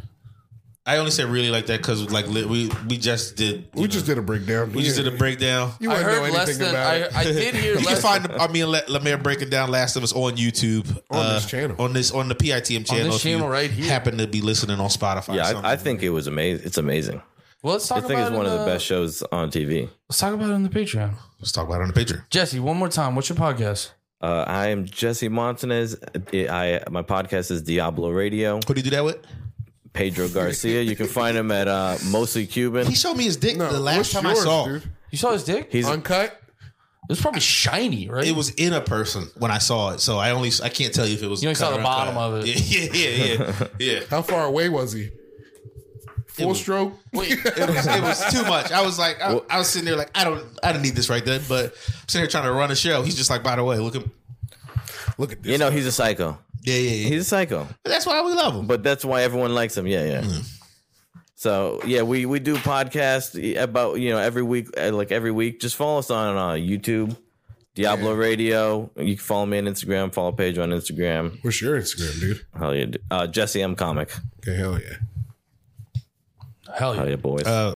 S4: i only said really like that because like li- we we just did
S1: We just did a breakdown.
S4: we just did a breakdown
S1: You
S3: I
S1: wouldn't know
S3: heard less
S1: anything
S3: than
S1: about
S3: I,
S1: it.
S3: I did hear
S4: You can
S3: less.
S4: find the- I mean, Le- Lemire breaking down Last of Us on YouTube uh,
S1: On this channel.
S4: on this on the PITM channel. if you
S3: channel right here.
S4: happen to be listening on Spotify. or
S2: Yeah,
S4: something.
S2: I, I think it was amazing. It's amazing.
S3: well, let's
S2: I
S3: talk
S2: think
S3: about uh,
S2: it's one
S3: it
S2: of
S3: in
S2: the best shows on TV.
S3: Let's talk about it on the Patreon.
S4: let's talk about it on the Patreon.
S3: Jesse, one more time. What's your podcast?
S2: Uh, I am Jesse Montanez. I, I my podcast is Diablo Radio.
S4: Who do you do that with?
S2: Pedro Garcia. You can find him at uh, mostly Cuban.
S4: He showed me his dick
S1: No,
S4: the
S1: what's
S4: last time
S1: yours,
S4: I saw.
S1: dude?
S3: You saw his dick? It
S2: He's
S1: Uncut?
S3: was probably shiny, right?
S4: It was in a person when I saw it, so I only I can't tell you if it was.
S3: You only saw
S4: cut
S3: the
S4: or
S3: bottom
S4: uncut.
S3: of
S4: Yeah, yeah, yeah, yeah. yeah.
S1: How far away was he? Full
S4: was-
S1: stroke?
S3: Wait,
S4: It was, it was too much. I was like, I, I was sitting there like, I don't, I don't need this right then. But I'm sitting here trying to run a show. He's just like, by the way, look at, look at this.
S2: you know he's a psycho.
S4: Yeah, yeah, yeah.
S2: He's a psycho,
S4: That's why we love him.
S2: but that's why everyone likes him. Yeah, yeah. So yeah, we we do podcast about you know every week, uh, like every week. Just follow us on uh, YouTube, Diablo Radio. You can follow me on Instagram. Follow Pedro on Instagram.
S1: What's your Instagram, dude?
S2: Hell yeah, d- uh, Jesse M Comic.
S1: Okay, hell yeah.
S3: Hell yeah.
S2: Hell yeah, boys.
S4: Uh,